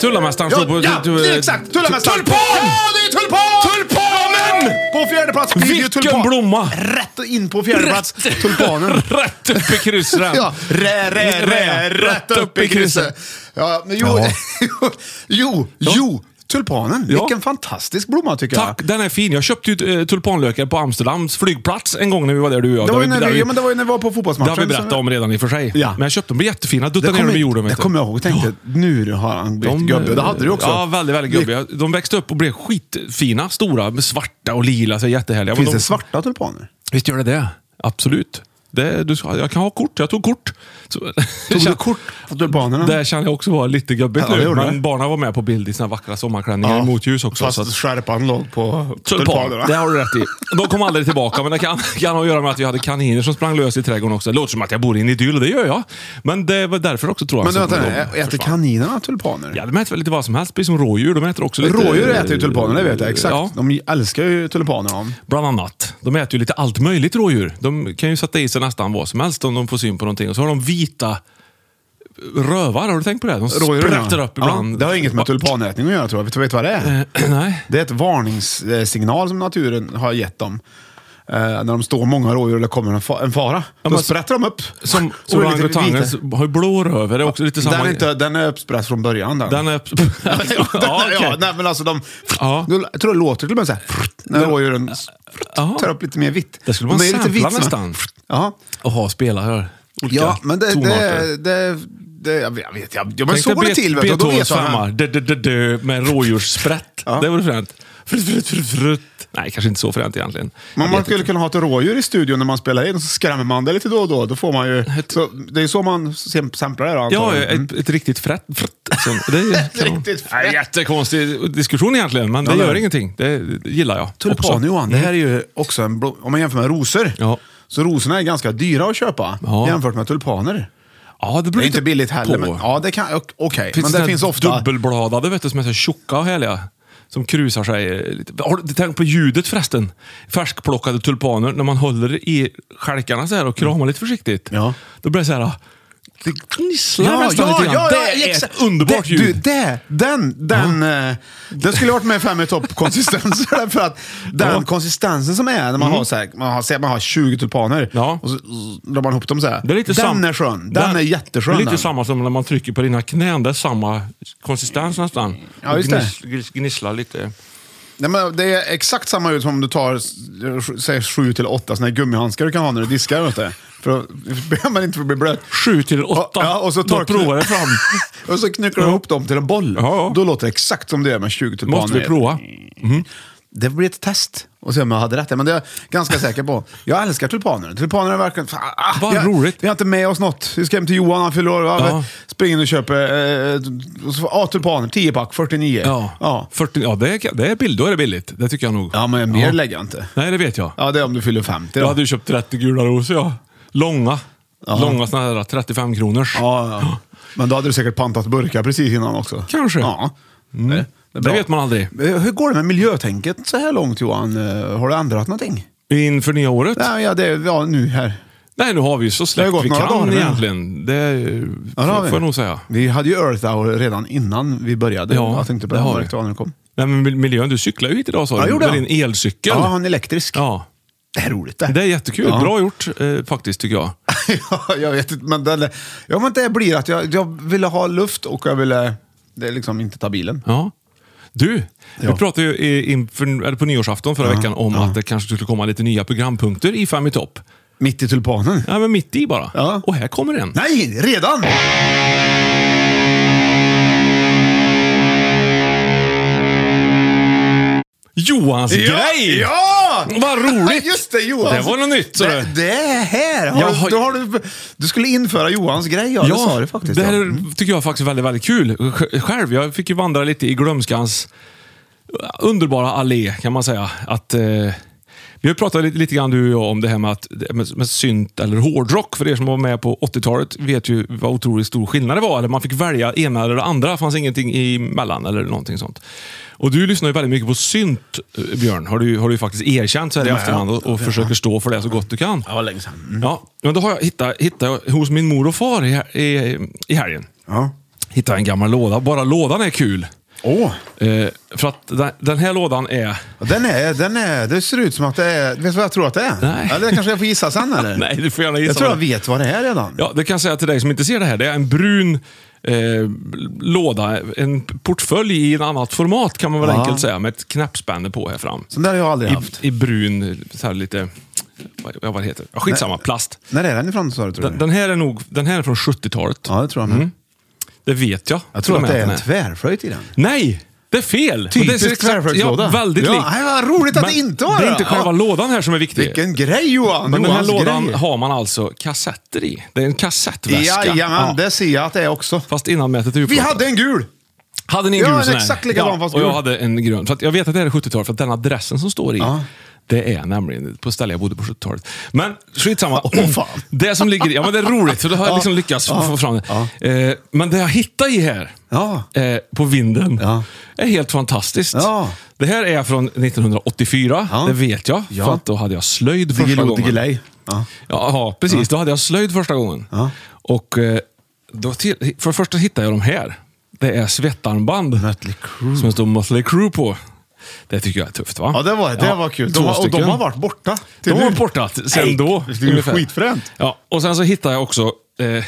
[SPEAKER 2] Tullamästaren
[SPEAKER 1] Ja,
[SPEAKER 2] står på...
[SPEAKER 1] ja
[SPEAKER 2] tu- tu-
[SPEAKER 1] exakt! Tullamästaren!
[SPEAKER 2] Tulpan!
[SPEAKER 1] Ja, det är tulpan!
[SPEAKER 2] Tulpanen!
[SPEAKER 1] På fjärde plats blir det ju
[SPEAKER 2] Vilken
[SPEAKER 1] tulpan.
[SPEAKER 2] blomma!
[SPEAKER 1] Rätt in på fjärde plats. Tulpanen.
[SPEAKER 2] Rätt upp i kryssren.
[SPEAKER 1] Ja, rä, rä, rä, rätt upp i krysset. Ja, men jo, jo, jo, tulpanen.
[SPEAKER 2] Ja.
[SPEAKER 1] Vilken fantastisk blomma tycker
[SPEAKER 2] Tack,
[SPEAKER 1] jag.
[SPEAKER 2] den är fin. Jag köpte ju eh, tulpanlökar på Amsterdams flygplats en gång när vi var där du och
[SPEAKER 1] Det
[SPEAKER 2] jag. Där
[SPEAKER 1] var, ju
[SPEAKER 2] vi- där
[SPEAKER 1] när
[SPEAKER 2] vi-
[SPEAKER 1] vi, ja, men det var ju när vi var på
[SPEAKER 2] det
[SPEAKER 1] fotbollsmatchen.
[SPEAKER 2] har vi berättat om redan i och för sig.
[SPEAKER 1] Ja.
[SPEAKER 2] Men jag köpte dem, de är jättefina.
[SPEAKER 1] Det
[SPEAKER 2] Duttade ner dem i
[SPEAKER 1] kommer
[SPEAKER 2] jorden.
[SPEAKER 1] det
[SPEAKER 2] vet du.
[SPEAKER 1] kommer jag ihåg. Jag tänkte, nu har han blivit gubbe. Det hade du också.
[SPEAKER 2] Ja, väldigt, väldigt gubbiga. De växte upp och blev skitfina, stora, med svarta och lila. Så jättehärliga.
[SPEAKER 1] Finns
[SPEAKER 2] Men de,
[SPEAKER 1] det svarta tulpaner?
[SPEAKER 2] Visst gör det det. Absolut. Det, du, jag kan ha kort. Jag tog kort. Så,
[SPEAKER 1] Tog du kort på tulpanerna?
[SPEAKER 2] Det känner jag också var lite gubbigt
[SPEAKER 1] Mm. Ja, det
[SPEAKER 2] nu.
[SPEAKER 1] gjorde
[SPEAKER 2] Men
[SPEAKER 1] det.
[SPEAKER 2] barnen var med på bild i sina vackra sommarklänningar i motljus också. så att-
[SPEAKER 1] Fast skärpan låg på
[SPEAKER 2] Tulpan,
[SPEAKER 1] tulpanerna.
[SPEAKER 2] det har du rätt i. De kom aldrig tillbaka, men det kan, kan ha att göra med att vi hade kaniner som sprang lös i trädgården också. Det låter som att jag bor i en idyll, och det gör jag. Men det var därför också tror jag.
[SPEAKER 1] Men du,
[SPEAKER 2] som
[SPEAKER 1] vänta nu,
[SPEAKER 2] de
[SPEAKER 1] ä- äter
[SPEAKER 2] försvann.
[SPEAKER 1] kaninerna tulpaner?
[SPEAKER 2] Ja, de äter väl lite vad som helst, precis som rådjur. De äter också lite...
[SPEAKER 1] Rådjur äter ju tulpaner, det vet jag. Exakt.
[SPEAKER 2] Ja,
[SPEAKER 1] De älskar ju tulpaner. ja.
[SPEAKER 2] bland annat. De äter ju lite allt möjligt rådjur. De kan ju sätta i sig nästan vad som helst om de får syn på någonting. Och så har de vita rövar, har du tänkt på det? De
[SPEAKER 1] Rådjuren, ja.
[SPEAKER 2] sprätter upp ibland. Eh.
[SPEAKER 1] Ja, det har inget med tulpanätning att göra tror jag. Vet du vet vad det är?
[SPEAKER 2] Nej.
[SPEAKER 1] Det är ett varningssignal som naturen har gett dem. Eh, när de står många rådjur och det kommer en, fa- en fara. Då
[SPEAKER 2] men-
[SPEAKER 1] sprätter de upp.
[SPEAKER 2] Som
[SPEAKER 1] Så blir det lite
[SPEAKER 2] orangutangen
[SPEAKER 1] vita.
[SPEAKER 2] har ju blå röv. Är det också lite samma...
[SPEAKER 1] Den är, inte, den är uppsprätt från början. Den,
[SPEAKER 2] Den är...
[SPEAKER 1] ja, den är-
[SPEAKER 2] ja, okej.
[SPEAKER 1] ja, nej, men alltså de...
[SPEAKER 2] Ja.
[SPEAKER 1] Då- Jag tror det låter till och med så här. När rådjuren s-
[SPEAKER 2] Ja.
[SPEAKER 1] tar upp lite mer vitt.
[SPEAKER 2] Det skulle man
[SPEAKER 1] De är ju lite
[SPEAKER 2] sampla
[SPEAKER 1] vitsna.
[SPEAKER 2] nästan.
[SPEAKER 1] Ja.
[SPEAKER 2] och ha spelare. Olika
[SPEAKER 1] Ja, men det...
[SPEAKER 2] tonarter.
[SPEAKER 1] det, det, det jag vet, jag, jag, men
[SPEAKER 2] Tänk
[SPEAKER 1] så
[SPEAKER 2] dig
[SPEAKER 1] går det
[SPEAKER 2] Bet-
[SPEAKER 1] till. Vet, du, och då
[SPEAKER 2] Beethovens
[SPEAKER 1] vet man-
[SPEAKER 2] femma. Dö, dö, dö, dö, med rådjurssprätt.
[SPEAKER 1] Ja.
[SPEAKER 2] Det vore fränt. Frutt, frutt, frutt, frutt. Nej, kanske inte så fränt egentligen.
[SPEAKER 1] Men
[SPEAKER 2] Jag
[SPEAKER 1] man
[SPEAKER 2] vet
[SPEAKER 1] skulle
[SPEAKER 2] inte.
[SPEAKER 1] kunna ha ett rådjur i studion när man spelar in, och så skrämmer man det lite då och då. då får man ju, så, det är ju så man sem- samplar det då,
[SPEAKER 2] Ja,
[SPEAKER 1] antagligen. Mm.
[SPEAKER 2] ett, ett riktigt frätt. frätt som, det är
[SPEAKER 1] Ett riktigt frätt.
[SPEAKER 2] Nej, Jättekonstig diskussion egentligen, men det
[SPEAKER 1] Ja, det
[SPEAKER 2] gör
[SPEAKER 1] är.
[SPEAKER 2] ingenting. Det gillar jag.
[SPEAKER 1] Tulpan
[SPEAKER 2] också.
[SPEAKER 1] Johan, det här är ju också en blom, om man jämför med rosor.
[SPEAKER 2] Mm. Ja.
[SPEAKER 1] Så rosorna är ganska dyra att köpa
[SPEAKER 2] Ja.
[SPEAKER 1] jämfört med tulpaner.
[SPEAKER 2] Ja, det
[SPEAKER 1] Det
[SPEAKER 2] beror
[SPEAKER 1] är inte
[SPEAKER 2] lite
[SPEAKER 1] billigt heller,
[SPEAKER 2] på.
[SPEAKER 1] men ja, det kan, ok- okej.
[SPEAKER 2] Finns
[SPEAKER 1] Men
[SPEAKER 2] såna
[SPEAKER 1] det
[SPEAKER 2] här
[SPEAKER 1] finns ofta...
[SPEAKER 2] Dubbelbladade vet du, som är så här tjocka och härliga. Som krusar sig eh, lite. Har du tänkt på ljudet förresten? Färskplockade tulpaner, när man håller i stjälkarna så här och kramar lite försiktigt.
[SPEAKER 1] Ja.
[SPEAKER 2] Då blir det så här... ah, Det gnisslar nästan lite grann. det är
[SPEAKER 1] exakt.
[SPEAKER 2] ett underbart
[SPEAKER 1] det,
[SPEAKER 2] ljud.
[SPEAKER 1] Du, det, den, den, eh, det skulle varit med fem i topp-konsistenser. därför att den
[SPEAKER 2] Ja. Mm.
[SPEAKER 1] konsistensen som är när man har så här, man har, säg att man har 20 tulpaner
[SPEAKER 2] Ja.
[SPEAKER 1] och så drar man ihop dem så här.
[SPEAKER 2] Det är lite
[SPEAKER 1] den
[SPEAKER 2] sam-
[SPEAKER 1] är skön. Den, är jätteskön.
[SPEAKER 2] Det är lite
[SPEAKER 1] den.
[SPEAKER 2] samma som när man trycker på dina knän. Det är samma konsistens nästan.
[SPEAKER 1] Ja, just det.
[SPEAKER 2] Gniss, gnisslar lite.
[SPEAKER 1] Nej, men det är exakt samma ut som om du tar s- säg, sju till åtta såna här gummihandskar du kan ha när du diskar. Vet du. För att man inte får bli blöt.
[SPEAKER 2] Sju till åtta.
[SPEAKER 1] Ja, och så
[SPEAKER 2] Då
[SPEAKER 1] torkar-
[SPEAKER 2] provar jag fram.
[SPEAKER 1] Och så knycklar du ihop dem till en boll.
[SPEAKER 2] Ja, ja.
[SPEAKER 1] Då låter det exakt som det gör med 20 tulpaner.
[SPEAKER 2] Måste vi prova.
[SPEAKER 1] Det blir ett test. Och se om jag hade rätt. Men det är jag ganska säker på. Jag älskar tulpaner. Tulpaner är verkligen... Fan, ah,
[SPEAKER 2] Vad
[SPEAKER 1] vi har-
[SPEAKER 2] roligt.
[SPEAKER 1] Vi har inte med oss något. Vi ska hem till Johan, han fyller år.
[SPEAKER 2] Ja.
[SPEAKER 1] Ja. Springer in och köper... Eh, och så, ah, tulpaner, 10 pack, 49.
[SPEAKER 2] Ja,
[SPEAKER 1] ja.
[SPEAKER 2] 40, ja det, är, det är billigt. Då är det billigt. Det tycker jag nog.
[SPEAKER 1] Ja, men mer lägger jag inte.
[SPEAKER 2] Nej, det vet jag.
[SPEAKER 1] Ja, det är om du fyller 50
[SPEAKER 2] Jag
[SPEAKER 1] då.
[SPEAKER 2] hade ju köpt 30 gula rosor, ja. Långa.
[SPEAKER 1] Ja.
[SPEAKER 2] Långa såna här 35 kronors.
[SPEAKER 1] Ja, ja. Men då hade du säkert pantat burkar precis innan också.
[SPEAKER 2] Kanske. Mm.
[SPEAKER 1] Ja. Det, är
[SPEAKER 2] Det
[SPEAKER 1] bra.
[SPEAKER 2] vet man aldrig.
[SPEAKER 1] Eh, Hur går det med miljötänket så här långt Johan? Eh, Har du ändrat någonting?
[SPEAKER 2] Inför nya året?
[SPEAKER 1] Nej, ja, det, ja, nu här.
[SPEAKER 2] Nej, nu har vi ju så
[SPEAKER 1] Det har
[SPEAKER 2] släppt
[SPEAKER 1] gått
[SPEAKER 2] vi
[SPEAKER 1] några
[SPEAKER 2] kan
[SPEAKER 1] dagar nu.
[SPEAKER 2] egentligen. Det är-
[SPEAKER 1] Ja, det har
[SPEAKER 2] får
[SPEAKER 1] vi.
[SPEAKER 2] jag nog säga.
[SPEAKER 1] Vi hade ju Earth Hour redan innan vi började.
[SPEAKER 2] Ja,
[SPEAKER 1] jag tänkte på
[SPEAKER 2] det
[SPEAKER 1] det
[SPEAKER 2] har vi.
[SPEAKER 1] här när det kom.
[SPEAKER 2] Nej, men mil- miljön, du cyklade ju hit idag sa
[SPEAKER 1] Ja,
[SPEAKER 2] du.
[SPEAKER 1] gjorde
[SPEAKER 2] Med
[SPEAKER 1] jag.
[SPEAKER 2] din elcykel.
[SPEAKER 1] Ja, han är elektrisk.
[SPEAKER 2] Ja.
[SPEAKER 1] Det är roligt det.
[SPEAKER 2] Det är jättekul.
[SPEAKER 1] Ja.
[SPEAKER 2] Bra gjort eh, faktiskt, tycker jag.
[SPEAKER 1] ja, jag vet inte, men, den, ja, men det blir att jag, jag ville ha luft och jag ville det är liksom inte ta bilen.
[SPEAKER 2] Ja. Du, vi
[SPEAKER 1] Ja.
[SPEAKER 2] pratade ju i- inför, eller på nyårsafton förra veckan om att det kanske skulle komma lite nya programpunkter i Fem i topp.
[SPEAKER 1] Mitt i tulpanen.
[SPEAKER 2] Ja, men mitt i bara.
[SPEAKER 1] Ja.
[SPEAKER 2] Och här kommer en.
[SPEAKER 1] Nej, redan!
[SPEAKER 2] Johans grej!
[SPEAKER 1] Ja!
[SPEAKER 2] Vad roligt!
[SPEAKER 1] Just det, Johan.
[SPEAKER 2] Det var något nytt, sa
[SPEAKER 1] Det,
[SPEAKER 2] du.
[SPEAKER 1] det är här! Har
[SPEAKER 2] Jag
[SPEAKER 1] du,
[SPEAKER 2] har-
[SPEAKER 1] då har du, du skulle införa Johans grej, ja. Det sa du faktiskt.
[SPEAKER 2] det här
[SPEAKER 1] ja. Mm.
[SPEAKER 2] är- tycker jag faktiskt är väldigt, väldigt kul. Sj- Själv, jag fick ju vandra lite i glömskans underbara allé, kan man säga. Att, eh, vi har pratat lite, lite grann, du och jag, om det här med, att, med, med synt eller hårdrock. För er som var med på 80-talet vet ju vad otroligt stor skillnad det var. Eller man fick välja ena eller det andra. Det fanns ingenting emellan eller någonting sånt. Och du lyssnar ju väldigt mycket på synt, eh, Björn. Har du, har du ju faktiskt erkänt så här i
[SPEAKER 1] Ja,
[SPEAKER 2] efterhand och, och försöker stå för det så gott du kan.
[SPEAKER 1] Ja, länge sedan. Mm.
[SPEAKER 2] Mm. Ja, men då har jag hittat, hittat jag hos min mor och far i, i, i helgen.
[SPEAKER 1] Ja.
[SPEAKER 2] Hittade en gammal låda. Bara lådan är kul.
[SPEAKER 1] Åh!
[SPEAKER 2] Eh, för att den, den här lådan är...
[SPEAKER 1] Den är, den är, det ser ut som att det är... Vet du vad jag tror att det är?
[SPEAKER 2] Nej.
[SPEAKER 1] Eller kanske jag får gissa sen eller?
[SPEAKER 2] Nej, du får gärna gissa.
[SPEAKER 1] Jag tror jag
[SPEAKER 2] vad det-
[SPEAKER 1] vet vad det är redan.
[SPEAKER 2] Ja, det kan jag säga till dig som inte ser det här. Det är en brun eh, låda. En portfölj i ett annat format kan man väl
[SPEAKER 1] Ja.
[SPEAKER 2] enkelt säga. Med ett knappspänne på här fram.
[SPEAKER 1] Sån där har jag aldrig haft.
[SPEAKER 2] I, I brun, så här lite... Vad, vad det heter det? Ja, Skitsamma, plast.
[SPEAKER 1] När är den ifrån sa du tror du?
[SPEAKER 2] Den, den här är nog den här är från 70-talet.
[SPEAKER 1] ja, det tror jag med.
[SPEAKER 2] Det vet jag.
[SPEAKER 1] Jag tror
[SPEAKER 2] Till och
[SPEAKER 1] att
[SPEAKER 2] med
[SPEAKER 1] det är en
[SPEAKER 2] den
[SPEAKER 1] tvärflöjt i den.
[SPEAKER 2] Nej! Det är fel! Men det ser
[SPEAKER 1] Typisk
[SPEAKER 2] exakt-
[SPEAKER 1] tvärflöjtslåda.
[SPEAKER 2] Ja, väldigt
[SPEAKER 1] Ja,
[SPEAKER 2] likt.
[SPEAKER 1] nej, vad roligt att det inte var
[SPEAKER 2] det. är
[SPEAKER 1] det.
[SPEAKER 2] inte själva
[SPEAKER 1] Ja.
[SPEAKER 2] lådan här som är viktig.
[SPEAKER 1] Vilken grej Johan!
[SPEAKER 2] Men den här
[SPEAKER 1] Johans
[SPEAKER 2] lådan
[SPEAKER 1] grej.
[SPEAKER 2] har man alltså kassetter i. Det är en kassettväska.
[SPEAKER 1] Jajamän,
[SPEAKER 2] Ja.
[SPEAKER 1] det ser jag att det är också.
[SPEAKER 2] Fast innanmätet är ju
[SPEAKER 1] Vi
[SPEAKER 2] uppplockat.
[SPEAKER 1] hade en gul!
[SPEAKER 2] Hade ni en
[SPEAKER 1] Ja,
[SPEAKER 2] gul
[SPEAKER 1] en
[SPEAKER 2] sån här?
[SPEAKER 1] exakt likadan fast
[SPEAKER 2] Och jag
[SPEAKER 1] gul.
[SPEAKER 2] hade en grön. För att jag vet att det här är 70-tal, för att den adressen som står i, det är nämligen på stället jag bodde på 70-talet. Men skitsamma.
[SPEAKER 1] Åh, fan.
[SPEAKER 2] Det som ligger i, ja men det är roligt, för då har jag
[SPEAKER 1] Ja.
[SPEAKER 2] liksom lyckats
[SPEAKER 1] Ja.
[SPEAKER 2] få fram det.
[SPEAKER 1] Ja.
[SPEAKER 2] Eh, men det jag hittade i här,
[SPEAKER 1] Ja.
[SPEAKER 2] eh, på vinden,
[SPEAKER 1] Ja.
[SPEAKER 2] är helt fantastiskt.
[SPEAKER 1] Ja.
[SPEAKER 2] Det här är från 1984,
[SPEAKER 1] Ja.
[SPEAKER 2] det vet jag.
[SPEAKER 1] Ja.
[SPEAKER 2] För att då hade jag slöjd första
[SPEAKER 1] Diggiloo
[SPEAKER 2] gången.
[SPEAKER 1] Diggiley. Ja.
[SPEAKER 2] Ja, ja, precis. Då hade jag slöjd första gången.
[SPEAKER 1] Ja.
[SPEAKER 2] Och eh, då till, för det första hittade jag de här. Det är svettarmband.
[SPEAKER 1] Mötley Crüe.
[SPEAKER 2] Som det står Mötley Crüe på. Det tycker jag är tufft va?
[SPEAKER 1] Ja, det var, det
[SPEAKER 2] Ja,
[SPEAKER 1] var kul.
[SPEAKER 2] två
[SPEAKER 1] De, har- och de
[SPEAKER 2] stycken.
[SPEAKER 1] har varit borta.
[SPEAKER 2] De
[SPEAKER 1] till
[SPEAKER 2] har
[SPEAKER 1] nu.
[SPEAKER 2] varit borta t- sen
[SPEAKER 1] Nej,
[SPEAKER 2] då.
[SPEAKER 1] Det är ju
[SPEAKER 2] ungefär.
[SPEAKER 1] skitfränt.
[SPEAKER 2] Ja, och sen så hittade jag också eh,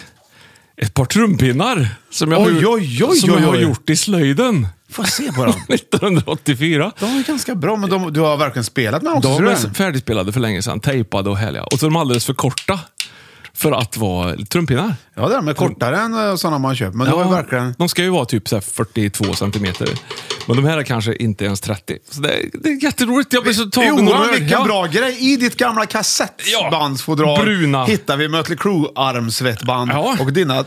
[SPEAKER 2] ett par trumpinnar. Som jag, nu-
[SPEAKER 1] Oj, oj, oj,
[SPEAKER 2] som
[SPEAKER 1] oj,
[SPEAKER 2] jag har
[SPEAKER 1] oj.
[SPEAKER 2] gjort i slöjden.
[SPEAKER 1] Får jag se på dem?
[SPEAKER 2] 1984.
[SPEAKER 1] De är ganska bra, men de, du har verkligen spelat med dem också.
[SPEAKER 2] De
[SPEAKER 1] tror
[SPEAKER 2] är
[SPEAKER 1] jag.
[SPEAKER 2] så- färdigspelade för länge sedan, tejpade och härliga. Och så är de alldeles för korta för att vara trumpinnar.
[SPEAKER 1] Ja, det är de är kortare än eh, sådana man köper, men de är verkligen...
[SPEAKER 2] De ska ju vara typ så här 42 centimeter. Men de här är kanske inte ens 30. Så det, är, det är jätteroligt. Jag blir så tagen och
[SPEAKER 1] Johan,
[SPEAKER 2] rörd.
[SPEAKER 1] vilken
[SPEAKER 2] Ja.
[SPEAKER 1] bra grej! I ditt gamla kassettbandsfodral
[SPEAKER 2] Ja, bruna.
[SPEAKER 1] hittar vi Mötley Crüe-armsvettband
[SPEAKER 2] Ja.
[SPEAKER 1] och dina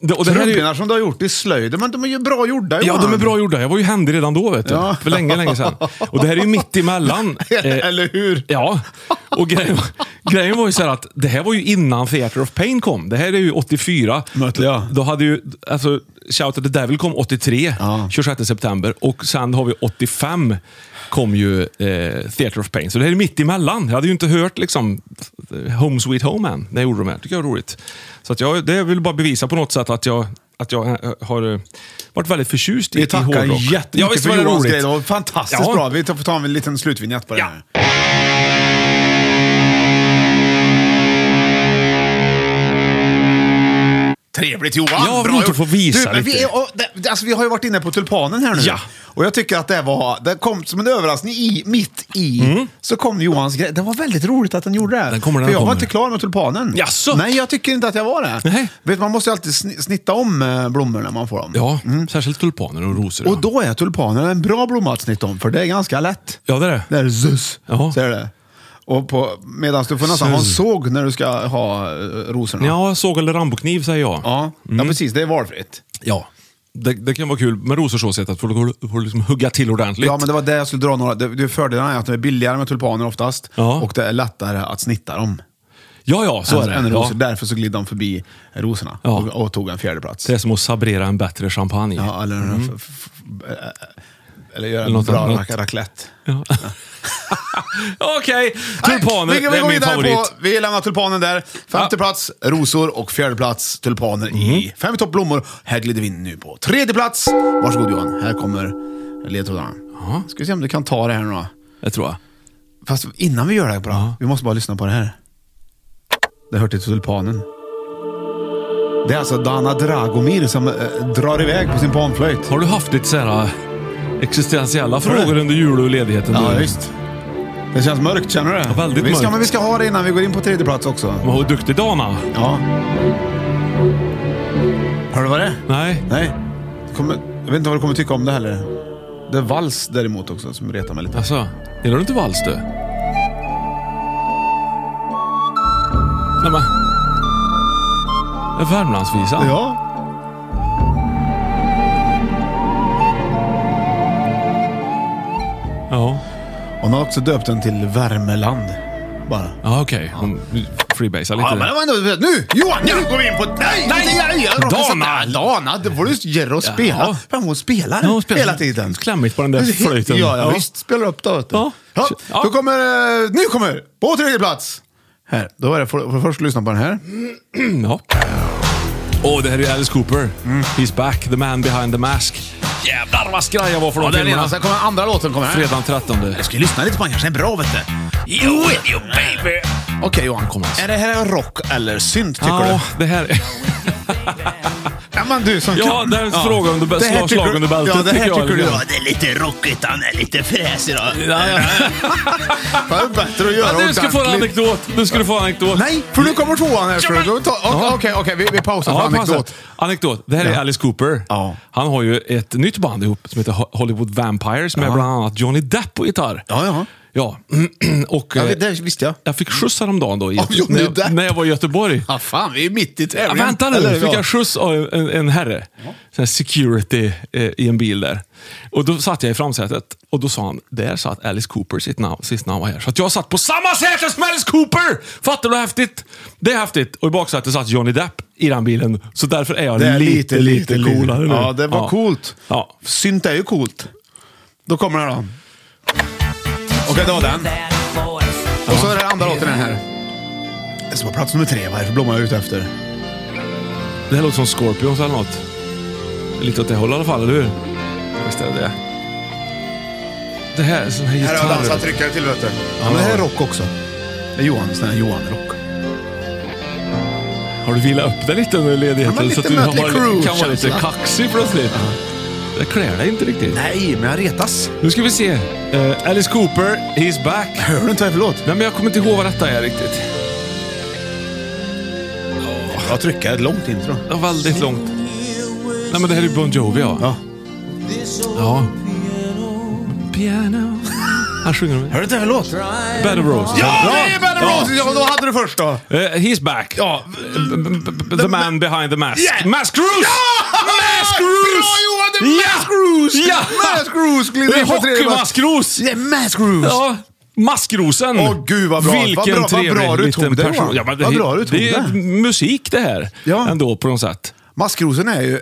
[SPEAKER 2] Det- Och det här är ju,
[SPEAKER 1] trumpinnar som du har gjort i slöjd. Men de är ju bra gjorda
[SPEAKER 2] ja,
[SPEAKER 1] Johan.
[SPEAKER 2] de är bra gjorda. Jag var ju händig redan då, vet du.
[SPEAKER 1] Ja.
[SPEAKER 2] För länge, länge sedan. Och det här är ju mitt emellan. Eh,
[SPEAKER 1] Eller hur?
[SPEAKER 2] Ja, och grejen, grejen var ju så här att det här var ju innan Theater of Pain kom. Det här är ju 84.
[SPEAKER 1] Mötley, ja.
[SPEAKER 2] Då hade ju, alltså, Shout at the Devil kom 83,
[SPEAKER 1] Ja.
[SPEAKER 2] 26 september. Och sen har vi 85 kom ju eh, Theater of Pain. Så det här är mitt emellan. Jag hade ju inte hört liksom Home Sweet Home än, när jag gjorde de här. tycker jag var roligt. Så att jag, det vill bara bevisa på något sätt att jag, att jag eh, har eh, varit väldigt förtjust i, i
[SPEAKER 1] Vi
[SPEAKER 2] hårdrock.
[SPEAKER 1] tackar
[SPEAKER 2] ja,
[SPEAKER 1] jättemycket
[SPEAKER 2] visst
[SPEAKER 1] för
[SPEAKER 2] var det
[SPEAKER 1] Johans
[SPEAKER 2] roligt.
[SPEAKER 1] grej. Det var fantastiskt
[SPEAKER 2] Ja.
[SPEAKER 1] bra. Vi tar- får ta en liten slutvinjett på det
[SPEAKER 2] Ja.
[SPEAKER 1] här. Trevligt Johan!
[SPEAKER 2] Ja, vad
[SPEAKER 1] Bra
[SPEAKER 2] roligt att
[SPEAKER 1] gjort.
[SPEAKER 2] få visa
[SPEAKER 1] du, men
[SPEAKER 2] lite.
[SPEAKER 1] Vi, är- och, det, alltså, vi har ju varit inne på tulpanen här nu.
[SPEAKER 2] Ja.
[SPEAKER 1] Och jag tycker att det var... Det kom som en överraskning i, mitt i. Så kom Johans grej. Det var väldigt roligt att han gjorde det.
[SPEAKER 2] Mm. Den kommer när
[SPEAKER 1] För
[SPEAKER 2] den
[SPEAKER 1] jag var
[SPEAKER 2] kommer.
[SPEAKER 1] inte klar med tulpanen.
[SPEAKER 2] Jaså?
[SPEAKER 1] Nej, jag tycker inte att jag var det.
[SPEAKER 2] Nej.
[SPEAKER 1] Vet, man måste ju alltid sni- snitta om eh, blommor när man får dem.
[SPEAKER 2] Ja, särskilt tulpaner och rosor.
[SPEAKER 1] Mm. Och då är tulpanen en bra blomma att snitta om, för det är ganska lätt.
[SPEAKER 2] ja, det är det.
[SPEAKER 1] Det är zus,
[SPEAKER 2] Ja.
[SPEAKER 1] så är det. Och på, medans du får nästan ha en
[SPEAKER 2] Zus.
[SPEAKER 1] såg när du ska ha eh, rosorna.
[SPEAKER 2] Ja, Mm. såg eller rambokniv säger jag.
[SPEAKER 1] Ja, ja, precis. Det är valfritt.
[SPEAKER 2] Ja. Det, det kan vara kul med rosor så sett att får du får du liksom hugga till ordentligt.
[SPEAKER 1] Ja, men det var det jag skulle dra några. Det, det fördelarna är att de är billigare med tulpaner oftast
[SPEAKER 2] Ja.
[SPEAKER 1] och det är lättare att snitta dem.
[SPEAKER 2] ja, ja, så
[SPEAKER 1] Så
[SPEAKER 2] är det.
[SPEAKER 1] än
[SPEAKER 2] Ja.
[SPEAKER 1] rosor. Därför så glider de förbi rosorna
[SPEAKER 2] Ja.
[SPEAKER 1] och, och tog en fjärde plats.
[SPEAKER 2] Det är som att sabrera en bättre champagne.
[SPEAKER 1] Ja, eller, f- f- eh, eller göra en
[SPEAKER 2] Mm. Eller något
[SPEAKER 1] bra
[SPEAKER 2] annat.
[SPEAKER 1] rac- raclette.
[SPEAKER 2] Okej,
[SPEAKER 1] Nej,
[SPEAKER 2] tulpaner
[SPEAKER 1] vi- vi
[SPEAKER 2] det är
[SPEAKER 1] går
[SPEAKER 2] min
[SPEAKER 1] vidare
[SPEAKER 2] favorit.
[SPEAKER 1] På, vi lämnar tulpanen där. Femte plats, rosor och fjärde plats, tulpaner i
[SPEAKER 2] Mhm.
[SPEAKER 1] fem i topp blommor. Här glider vi in nu på tredje plats. Varsågod Johan, här kommer ledtrådarna. Ska vi se om du kan ta det här nu då.
[SPEAKER 2] Det tror jag.
[SPEAKER 1] Fast innan vi gör det här bra, vi måste bara lyssna på det här. Det hör till tulpanen. Det är alltså Dana Dragomir som eh, drar iväg på sin panflöjt.
[SPEAKER 2] Har du haft lite så här äh, existentiella frågor under jul och ledigheten?
[SPEAKER 1] Ja,
[SPEAKER 2] du?
[SPEAKER 1] visst. Det känns mörkt, känner du det?
[SPEAKER 2] Ja, väldigt
[SPEAKER 1] vi ska,
[SPEAKER 2] mörkt.
[SPEAKER 1] Men vi ska ha det innan vi går in på tredje plats också.
[SPEAKER 2] Men Vad duktig Dana.
[SPEAKER 1] Ja. Hör du vad det är?
[SPEAKER 2] Nej.
[SPEAKER 1] Nej. Du Kommer, jag vet inte vad du kommer tycka om det heller. Det är vals däremot också som retar mig lite.
[SPEAKER 2] Alltså, gillar du inte vals du? Nej men. En Värmlandsvisa.
[SPEAKER 1] Ja.
[SPEAKER 2] Ja,
[SPEAKER 1] Hon har också döpt den till Värmeland. Bara.
[SPEAKER 2] ja okej. Hon freebasar lite.
[SPEAKER 1] Ja, men det var ändå... Nu! Johan, nu går vi in på... Nej!
[SPEAKER 2] Nej!
[SPEAKER 1] inte jag, jag råkar
[SPEAKER 2] Dana!
[SPEAKER 1] säga- Dana! Det får du ge dig och spela.
[SPEAKER 2] Ja.
[SPEAKER 1] Fan, hon spelar,
[SPEAKER 2] Ja, hon spelar.
[SPEAKER 1] hela tiden.
[SPEAKER 2] Klämmigt på den där flöjten.
[SPEAKER 1] Ja, ja,
[SPEAKER 2] Ja.
[SPEAKER 1] visst. Spelar upp då, vet du.
[SPEAKER 2] Ja.
[SPEAKER 1] Ja,
[SPEAKER 2] Ja.
[SPEAKER 1] Då kommer... eh, Nu kommer... På tredje plats! Här. Då är det... Får får först lyssna på den här.
[SPEAKER 2] Ja. Åh, det här är ju Alice Cooper.
[SPEAKER 1] Mm.
[SPEAKER 2] He's back, the man behind the mask. Jävlar vad skraj jag var för de
[SPEAKER 1] Ja, den
[SPEAKER 2] filmerna.
[SPEAKER 1] ena. Sen kommer andra låten. Kommer här.
[SPEAKER 2] Fredagen 13.
[SPEAKER 1] Jag ska ju lyssna lite på den kanske. Den är bra, vet du. You with you, baby! Okej, Johan.
[SPEAKER 2] Kommer alltså.
[SPEAKER 1] Är det här rock eller synt, tycker
[SPEAKER 2] Ja,
[SPEAKER 1] du?
[SPEAKER 2] det här...
[SPEAKER 1] Ja, men du som
[SPEAKER 2] Ja,
[SPEAKER 1] kan.
[SPEAKER 2] det är slag under bä-
[SPEAKER 1] Det här
[SPEAKER 2] slag-
[SPEAKER 1] tycker
[SPEAKER 2] slag
[SPEAKER 1] du-
[SPEAKER 2] under bältet,
[SPEAKER 1] Ja, det här
[SPEAKER 2] tycker jag
[SPEAKER 1] tycker du.
[SPEAKER 2] lite
[SPEAKER 1] Ja,
[SPEAKER 2] grann.
[SPEAKER 1] det är lite rockigt, han är lite fräsig. då.
[SPEAKER 2] ja.
[SPEAKER 1] Det är bättre att göra
[SPEAKER 2] Ja, du ska få en
[SPEAKER 1] ordentligt.
[SPEAKER 2] anekdot. Du ska du få en anekdot.
[SPEAKER 1] Nej, för nu kommer tvåan här.
[SPEAKER 2] Ja,
[SPEAKER 1] Okej,
[SPEAKER 2] men-
[SPEAKER 1] okej,
[SPEAKER 2] Ja.
[SPEAKER 1] okay, vi, vi pausar för
[SPEAKER 2] Ja,
[SPEAKER 1] anekdot.
[SPEAKER 2] anekdot. anekdot. Det här är
[SPEAKER 1] Ja.
[SPEAKER 2] Alice Cooper.
[SPEAKER 1] Ja.
[SPEAKER 2] Han har ju ett nytt band ihop som heter Ho- Hollywood Vampires med bland annat Johnny Depp på gitarr.
[SPEAKER 1] Ja, ja.
[SPEAKER 2] Ja, och...
[SPEAKER 1] Ja,
[SPEAKER 2] eh,
[SPEAKER 1] det, det visste jag.
[SPEAKER 2] Jag fick skjuts häromdagen då. I,
[SPEAKER 1] Av Johnny
[SPEAKER 2] när, jag,
[SPEAKER 1] Depp?
[SPEAKER 2] när jag var i Göteborg.
[SPEAKER 1] Ja, Ah, fan, vi är mitt i
[SPEAKER 2] Ja,
[SPEAKER 1] tävlingen.
[SPEAKER 2] vänta nu,
[SPEAKER 1] Eller,
[SPEAKER 2] fick
[SPEAKER 1] ja.
[SPEAKER 2] jag skjuts av en, en herre. Sån här security eh, i en bil där. Och då satt jag i framsätet och då sa han, där satt Alice Cooper sitt namn, sist namn var här. Så att jag satt på samma säte som Alice Cooper! Fattar du hur häftigt? Det är häftigt. Och i baksätet satt Johnny Depp i den bilen. Så därför är jag
[SPEAKER 1] Det är
[SPEAKER 2] lite, lite, coolare nu.
[SPEAKER 1] Ja, det var coolt.
[SPEAKER 2] Ja.
[SPEAKER 1] Synt är ju coolt. Då kommer den då. Okej, det var den. Och så är det andra låten den här. Det som var plats nummer tre, vad är det för blomma jag är ute efter?
[SPEAKER 2] Det här låter som Scorpions eller något. Lite åt det hållet i alla fall, eller hur? Visst är det det. Det här är sån här
[SPEAKER 1] Här
[SPEAKER 2] gitarr.
[SPEAKER 1] har jag dansat tryckare till vet du. Ja, men det här är rock också. Det är Johan, sån här Johan-rock.
[SPEAKER 2] Har du vilat upp dig lite under
[SPEAKER 1] Ja,
[SPEAKER 2] ledigheten
[SPEAKER 1] men
[SPEAKER 2] så att
[SPEAKER 1] lite
[SPEAKER 2] du har
[SPEAKER 1] Mötley
[SPEAKER 2] varit,
[SPEAKER 1] Crüe
[SPEAKER 2] kan vara lite
[SPEAKER 1] känsla.
[SPEAKER 2] kaxig plötsligt? Det klär dig inte riktigt.
[SPEAKER 1] Nej, men jag retas.
[SPEAKER 2] Nu ska vi se. Eh, Alice Cooper, he's back.
[SPEAKER 1] Hör du inte vad det är för låt?
[SPEAKER 2] Nej, men jag kommer inte ihåg vad detta är riktigt.
[SPEAKER 1] Jag trycker ett långt intro.
[SPEAKER 2] Det var väldigt långt. Nej, men det här är Bon Jovi, ja.
[SPEAKER 1] Ja.
[SPEAKER 2] Ja. Piano. Han sjunger med.
[SPEAKER 1] Hör du inte vad det är för låt?
[SPEAKER 2] Bed of Roses.
[SPEAKER 1] Ja,
[SPEAKER 2] Bra.
[SPEAKER 1] det är Bad
[SPEAKER 2] Ja.
[SPEAKER 1] Roses! Ja, då hade du först då.
[SPEAKER 2] Eh, he's back.
[SPEAKER 1] Ja.
[SPEAKER 2] The, man behind the mask.
[SPEAKER 1] Yeah.
[SPEAKER 2] Mask Ruse! Mask Ruse!
[SPEAKER 1] Bra Johan, det är Mask Ruse!
[SPEAKER 2] Ja!
[SPEAKER 1] Mask Ruse glider
[SPEAKER 2] Det
[SPEAKER 1] in
[SPEAKER 2] är
[SPEAKER 1] på tredje plats.
[SPEAKER 2] hockeymaskros!
[SPEAKER 1] Det är Mask Ruse!
[SPEAKER 2] Ja, maskrosen.
[SPEAKER 1] Åh, gud, vad bra.
[SPEAKER 2] Vilken
[SPEAKER 1] Vad bra- vad
[SPEAKER 2] trevlig
[SPEAKER 1] bra du
[SPEAKER 2] liten
[SPEAKER 1] tog det,
[SPEAKER 2] person.
[SPEAKER 1] Johan.
[SPEAKER 2] Ja, men det,
[SPEAKER 1] Vad bra du tog
[SPEAKER 2] det. är
[SPEAKER 1] det.
[SPEAKER 2] musik det här.
[SPEAKER 1] Ja.
[SPEAKER 2] Ändå på något sätt.
[SPEAKER 1] Maskrosen är ju...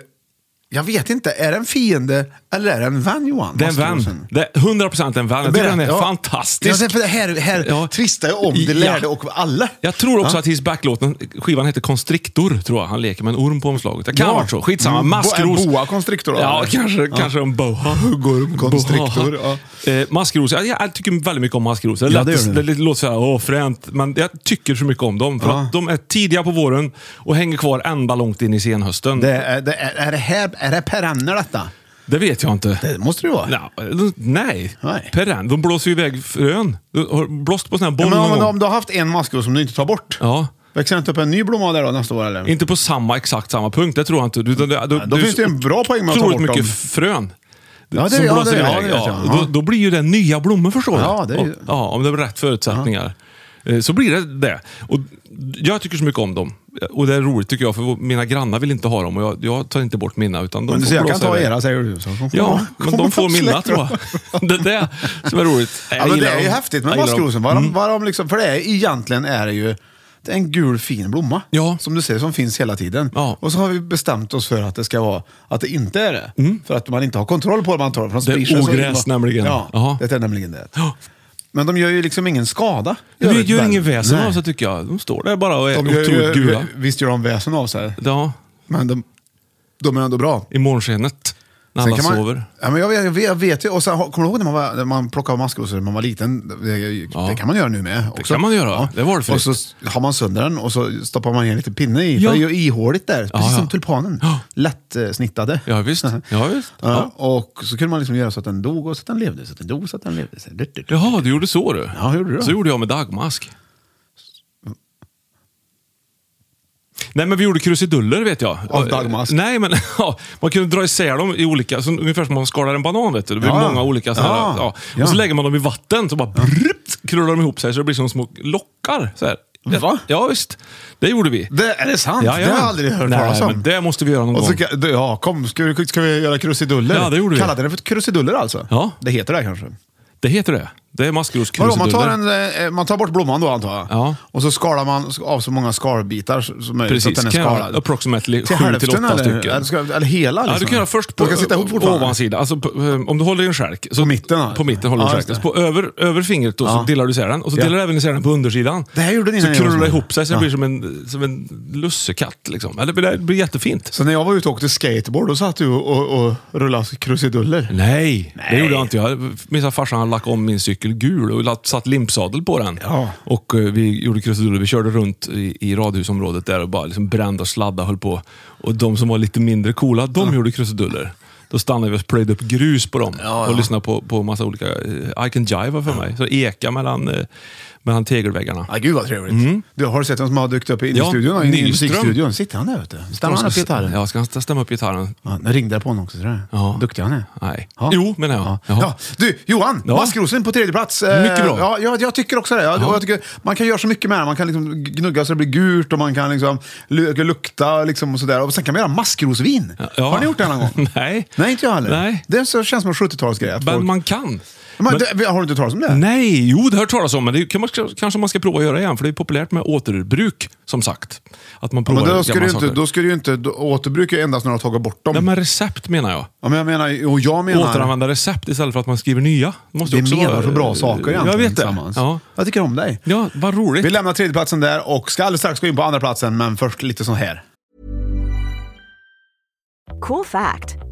[SPEAKER 1] Jag vet inte, är det en fiende Eller är det en van Johan?
[SPEAKER 2] Den vann.
[SPEAKER 1] Mastrosen?
[SPEAKER 2] Det- 100% den vann. Jag tycker den är
[SPEAKER 1] Ja.
[SPEAKER 2] fantastisk.
[SPEAKER 1] Ja, för det här här
[SPEAKER 2] Ja.
[SPEAKER 1] tvistar jag om det
[SPEAKER 2] Ja.
[SPEAKER 1] lärde och alla.
[SPEAKER 2] Jag tror också att His Back-låten, skivan heter Constrictor, tror jag. Han leker med en orm på omslaget. Det kan
[SPEAKER 1] Ja.
[SPEAKER 2] ha varit så. Skitsamma.
[SPEAKER 1] Mm. Bo-
[SPEAKER 2] Maskros.
[SPEAKER 1] en boa constrictor då,
[SPEAKER 2] Ja,
[SPEAKER 1] eller?
[SPEAKER 2] kanske,
[SPEAKER 1] Ja.
[SPEAKER 2] kanske en boa.
[SPEAKER 1] Huggorm, constrictor,
[SPEAKER 2] Boa.
[SPEAKER 1] ja.
[SPEAKER 2] Eh, maskros. Jag, jag tycker väldigt mycket om maskros. Det,
[SPEAKER 1] Ja,
[SPEAKER 2] lät-
[SPEAKER 1] det gör du.
[SPEAKER 2] det, lite- låter såhär, åh fränt. Men jag tycker så mycket om dem. För
[SPEAKER 1] Ja.
[SPEAKER 2] att de är tidiga på våren och hänger kvar ända långt in i senhösten.
[SPEAKER 1] Det
[SPEAKER 2] Det,
[SPEAKER 1] är, det är, är det här är det perenner detta?
[SPEAKER 2] vet jag inte.
[SPEAKER 1] Det måste det ju vara.
[SPEAKER 2] Nja, de- Nej,
[SPEAKER 1] Nej.
[SPEAKER 2] perenn. De blåser ju iväg frön. Du har blåst på sån här boll
[SPEAKER 1] Ja, men
[SPEAKER 2] någon
[SPEAKER 1] om,
[SPEAKER 2] gång.
[SPEAKER 1] om du har haft en maskros som du inte tar bort,
[SPEAKER 2] Ja.
[SPEAKER 1] växer det inte upp en ny blomma där då nästa år eller?
[SPEAKER 2] Mm. Inte på samma, exakt samma punkt, det tror jag inte. Du, du, du,
[SPEAKER 1] Ja, då finns det ju en bra poäng med att ta
[SPEAKER 2] otroligt
[SPEAKER 1] bort
[SPEAKER 2] mycket
[SPEAKER 1] dem.
[SPEAKER 2] frön.
[SPEAKER 1] Ja, det-
[SPEAKER 2] som
[SPEAKER 1] ja, det-
[SPEAKER 2] blåser
[SPEAKER 1] ja,
[SPEAKER 2] iväg.
[SPEAKER 1] det vet jag.
[SPEAKER 2] då,
[SPEAKER 1] Ja.
[SPEAKER 2] då blir ju det nya blommor förstår du.
[SPEAKER 1] Ja, det är ju-
[SPEAKER 2] Och- ja, om det är rätt förutsättningar. Eh, Så blir det det. Och jag tycker så mycket om dem. Och det är roligt tycker jag, för mina grannar vill inte ha dem och jag, jag tar inte bort mina. Utan de
[SPEAKER 1] Men du
[SPEAKER 2] får
[SPEAKER 1] ser, jag kan
[SPEAKER 2] blåsa
[SPEAKER 1] ta
[SPEAKER 2] iväg.
[SPEAKER 1] era säger du. Så
[SPEAKER 2] Ja,
[SPEAKER 1] kommer-
[SPEAKER 2] men
[SPEAKER 1] kommer
[SPEAKER 2] de får mina
[SPEAKER 1] släkt,
[SPEAKER 2] tror jag. Det är det som är roligt.
[SPEAKER 1] Ja,
[SPEAKER 2] Jag
[SPEAKER 1] men Alltså, det
[SPEAKER 2] gillar
[SPEAKER 1] är ju
[SPEAKER 2] dem.
[SPEAKER 1] häftigt med
[SPEAKER 2] Jag gillar dem. Mm.
[SPEAKER 1] maskrosen. Vad de, vad de liksom, för det är, egentligen är det ju det är en gul fin blomma.
[SPEAKER 2] Ja.
[SPEAKER 1] Som du ser, som finns hela tiden.
[SPEAKER 2] Ja.
[SPEAKER 1] Och så har vi bestämt oss för att det ska vara, att det inte är det. För att man inte har kontroll på det man tar. För de
[SPEAKER 2] Mm. Det är
[SPEAKER 1] sprider sig så
[SPEAKER 2] ogräs
[SPEAKER 1] himla-
[SPEAKER 2] nämligen.
[SPEAKER 1] Ja,
[SPEAKER 2] Jaha.
[SPEAKER 1] det är nämligen det.
[SPEAKER 2] Ja.
[SPEAKER 1] Men de gör ju liksom ingen skada.
[SPEAKER 2] Det
[SPEAKER 1] det
[SPEAKER 2] gör
[SPEAKER 1] väl?
[SPEAKER 2] ingen väsen
[SPEAKER 1] Nej.
[SPEAKER 2] av sig tycker jag. De står där bara och är
[SPEAKER 1] De gör ju,
[SPEAKER 2] otroligt gula.
[SPEAKER 1] Visst gör de väsen av sig,
[SPEAKER 2] Ja,
[SPEAKER 1] men de, de är ändå bra.
[SPEAKER 2] i morgonskenet. När
[SPEAKER 1] Sen
[SPEAKER 2] alla
[SPEAKER 1] kan man,
[SPEAKER 2] sover.
[SPEAKER 1] Ja, men jag, vet, jag, vet, jag vet ju, och sen, har- kommer du ihåg när man, var, när man plockade maskrosor när man var liten? Det,
[SPEAKER 2] Ja.
[SPEAKER 1] det kan man göra nu med också.
[SPEAKER 2] kan man göra. Det är valfritt.
[SPEAKER 1] Och så har man sönder den och så stoppar man in en liten pinne i.
[SPEAKER 2] Ja.
[SPEAKER 1] För det är ju ihåligt där, precis
[SPEAKER 2] ja.
[SPEAKER 1] som tulpanen.
[SPEAKER 2] Ja.
[SPEAKER 1] Lätt eh, snittade.
[SPEAKER 2] Ja, visst. Ja, visst.
[SPEAKER 1] Ja,
[SPEAKER 2] Ja.
[SPEAKER 1] Och så kunde man liksom göra så att den dog och så att den levde, så att den dog så att den levde. Så, du, du, du.
[SPEAKER 2] Jaha, du gjorde så du.
[SPEAKER 1] Ja, hur gjorde du då?
[SPEAKER 2] Så gjorde jag med dagmask. Nej, men vi gjorde krusiduller vet jag.
[SPEAKER 1] Av dagmask?
[SPEAKER 2] Nej, men ja, man kunde dra isär dem i olika, så ungefär som man skalar en banan. Vet du. Det blir
[SPEAKER 1] Ja.
[SPEAKER 2] många olika sådana
[SPEAKER 1] Ja.
[SPEAKER 2] här, ja.
[SPEAKER 1] Ja.
[SPEAKER 2] Och så lägger man dem i vatten, så bara brrrt, krullar de ihop sig så det blir som små lockar. Så här.
[SPEAKER 1] Va?
[SPEAKER 2] Ja, visst. Det gjorde vi.
[SPEAKER 1] Det, är det sant? det har
[SPEAKER 2] Jajamän.
[SPEAKER 1] jag aldrig hört
[SPEAKER 2] Nej,
[SPEAKER 1] talas om.
[SPEAKER 2] men det måste vi göra någon
[SPEAKER 1] Och så,
[SPEAKER 2] gång.
[SPEAKER 1] ka- ja, kom, ska vi, ska vi göra krusiduller?
[SPEAKER 2] Ja, det gjorde vi.
[SPEAKER 1] Kallade den för krusiduller alltså?
[SPEAKER 2] Ja.
[SPEAKER 1] Det heter det kanske?
[SPEAKER 2] Det heter det. Det är maskroskrusiduller.
[SPEAKER 1] Vadå, man tar, en, eh, man tar bort blomman då antar jag?
[SPEAKER 2] Ja.
[SPEAKER 1] Och så skalar man av så många skalbitar som möjligt
[SPEAKER 2] Precis,
[SPEAKER 1] så att den
[SPEAKER 2] kan
[SPEAKER 1] är
[SPEAKER 2] jag
[SPEAKER 1] skalad.
[SPEAKER 2] ha approximately
[SPEAKER 1] till
[SPEAKER 2] sju till
[SPEAKER 1] hälften
[SPEAKER 2] åtta
[SPEAKER 1] eller,
[SPEAKER 2] stycken.
[SPEAKER 1] Eller, ska, eller hela liksom.
[SPEAKER 2] Ja, du kan göra först på
[SPEAKER 1] De kan sitta ihop fortfarande.
[SPEAKER 2] ovansidan. Alltså, på, eh, om du håller i en skärk. Så
[SPEAKER 1] På mitten, ja.
[SPEAKER 2] På mitten håller du
[SPEAKER 1] Ja,
[SPEAKER 2] ja,
[SPEAKER 1] just
[SPEAKER 2] skärken. Så på över, över fingret då,
[SPEAKER 1] Ja.
[SPEAKER 2] så delar du isär den. Och så
[SPEAKER 1] Ja.
[SPEAKER 2] delar du även isär den på undersidan.
[SPEAKER 1] Det här gjorde ni
[SPEAKER 2] Så
[SPEAKER 1] när ni var
[SPEAKER 2] krullar det
[SPEAKER 1] små.
[SPEAKER 2] ihop sig så
[SPEAKER 1] Ja.
[SPEAKER 2] det blir som en, som en lussekatt. Liksom. Eller, det blir jättefint.
[SPEAKER 1] Så när jag var ute och åkte skateboard, då satt du och, och, och rullade
[SPEAKER 2] Mm.
[SPEAKER 1] krusiduller.
[SPEAKER 2] Nej, det gjorde jag inte. Jag minns att farsan hade lackat om min cykel gul och lagt- satt limpsadel på den.
[SPEAKER 1] Ja.
[SPEAKER 2] Och eh, vi gjorde krusiduller. Vi körde runt i, i radhusområdet där och bara liksom brände och sladdade höll på. Och de som var lite mindre coola, de gjorde krusiduller. Då stannade vi och plöjde upp grus på dem och lyssnade på, på massa olika... Eh, I can jive var för mig. Så eka mellan, eh, mellan tegelväggarna.
[SPEAKER 1] Ja, gud vad trevligt. Du, har du sett vem som har dykt upp i
[SPEAKER 2] Mm. Ja,
[SPEAKER 1] studion? Ja, I
[SPEAKER 2] Nyström.
[SPEAKER 1] musikstudion. Sitter han där ute? Stämmer han upp gitarren? Ja.
[SPEAKER 2] Ja, ska han st- stämma upp gitarren?
[SPEAKER 1] nu ringde det på honom också, ser du?
[SPEAKER 2] Ja.
[SPEAKER 1] duktig han är.
[SPEAKER 2] Nej.
[SPEAKER 1] Ja.
[SPEAKER 2] Jo, menar jag.
[SPEAKER 1] Ja.
[SPEAKER 2] Jaha.
[SPEAKER 1] Ja. Du, Johan!
[SPEAKER 2] Ja.
[SPEAKER 1] Maskrosen på tredje plats. Eh,
[SPEAKER 2] Mycket bra.
[SPEAKER 1] Ja, jag, jag tycker också det. Jag, jag tycker, man kan göra så mycket med den. Man kan liksom gnugga så det blir gult och man kan liksom lu- lukta liksom och sådär. Och sen kan man göra maskrosvin.
[SPEAKER 2] Ja.
[SPEAKER 1] Har ni gjort det någon gång?
[SPEAKER 2] Nej.
[SPEAKER 1] Nej, inte jag heller.
[SPEAKER 2] Nej.
[SPEAKER 1] Det är så, känns som en 70-talsgrej. att folk-
[SPEAKER 2] Men man kan.
[SPEAKER 1] Men det- Har du inte hört talas om det?
[SPEAKER 2] Nej, jo det har jag hört talas om, men det kan man, kanske man ska prova att göra igen, för det är populärt med återbruk, som sagt. Att man provar
[SPEAKER 1] Men då
[SPEAKER 2] gamla
[SPEAKER 1] ska, du inte,
[SPEAKER 2] saker.
[SPEAKER 1] då ska du ju inte då återbruka endast när du har tagit bort dem.
[SPEAKER 2] Nej, men recept menar jag.
[SPEAKER 1] ja, men jag menar, och jag menar...
[SPEAKER 2] Återanvända recept istället för att man skriver nya. Det måste
[SPEAKER 1] Vi
[SPEAKER 2] också
[SPEAKER 1] menar
[SPEAKER 2] vara-
[SPEAKER 1] för bra saker egentligen
[SPEAKER 2] Jag vet det.
[SPEAKER 1] tillsammans.
[SPEAKER 2] Ja.
[SPEAKER 1] Jag tycker om dig.
[SPEAKER 2] ja, vad roligt.
[SPEAKER 1] Vi lämnar tredjeplatsen där och ska alldeles strax gå in på andra platsen men först lite sån här.
[SPEAKER 3] Cool fact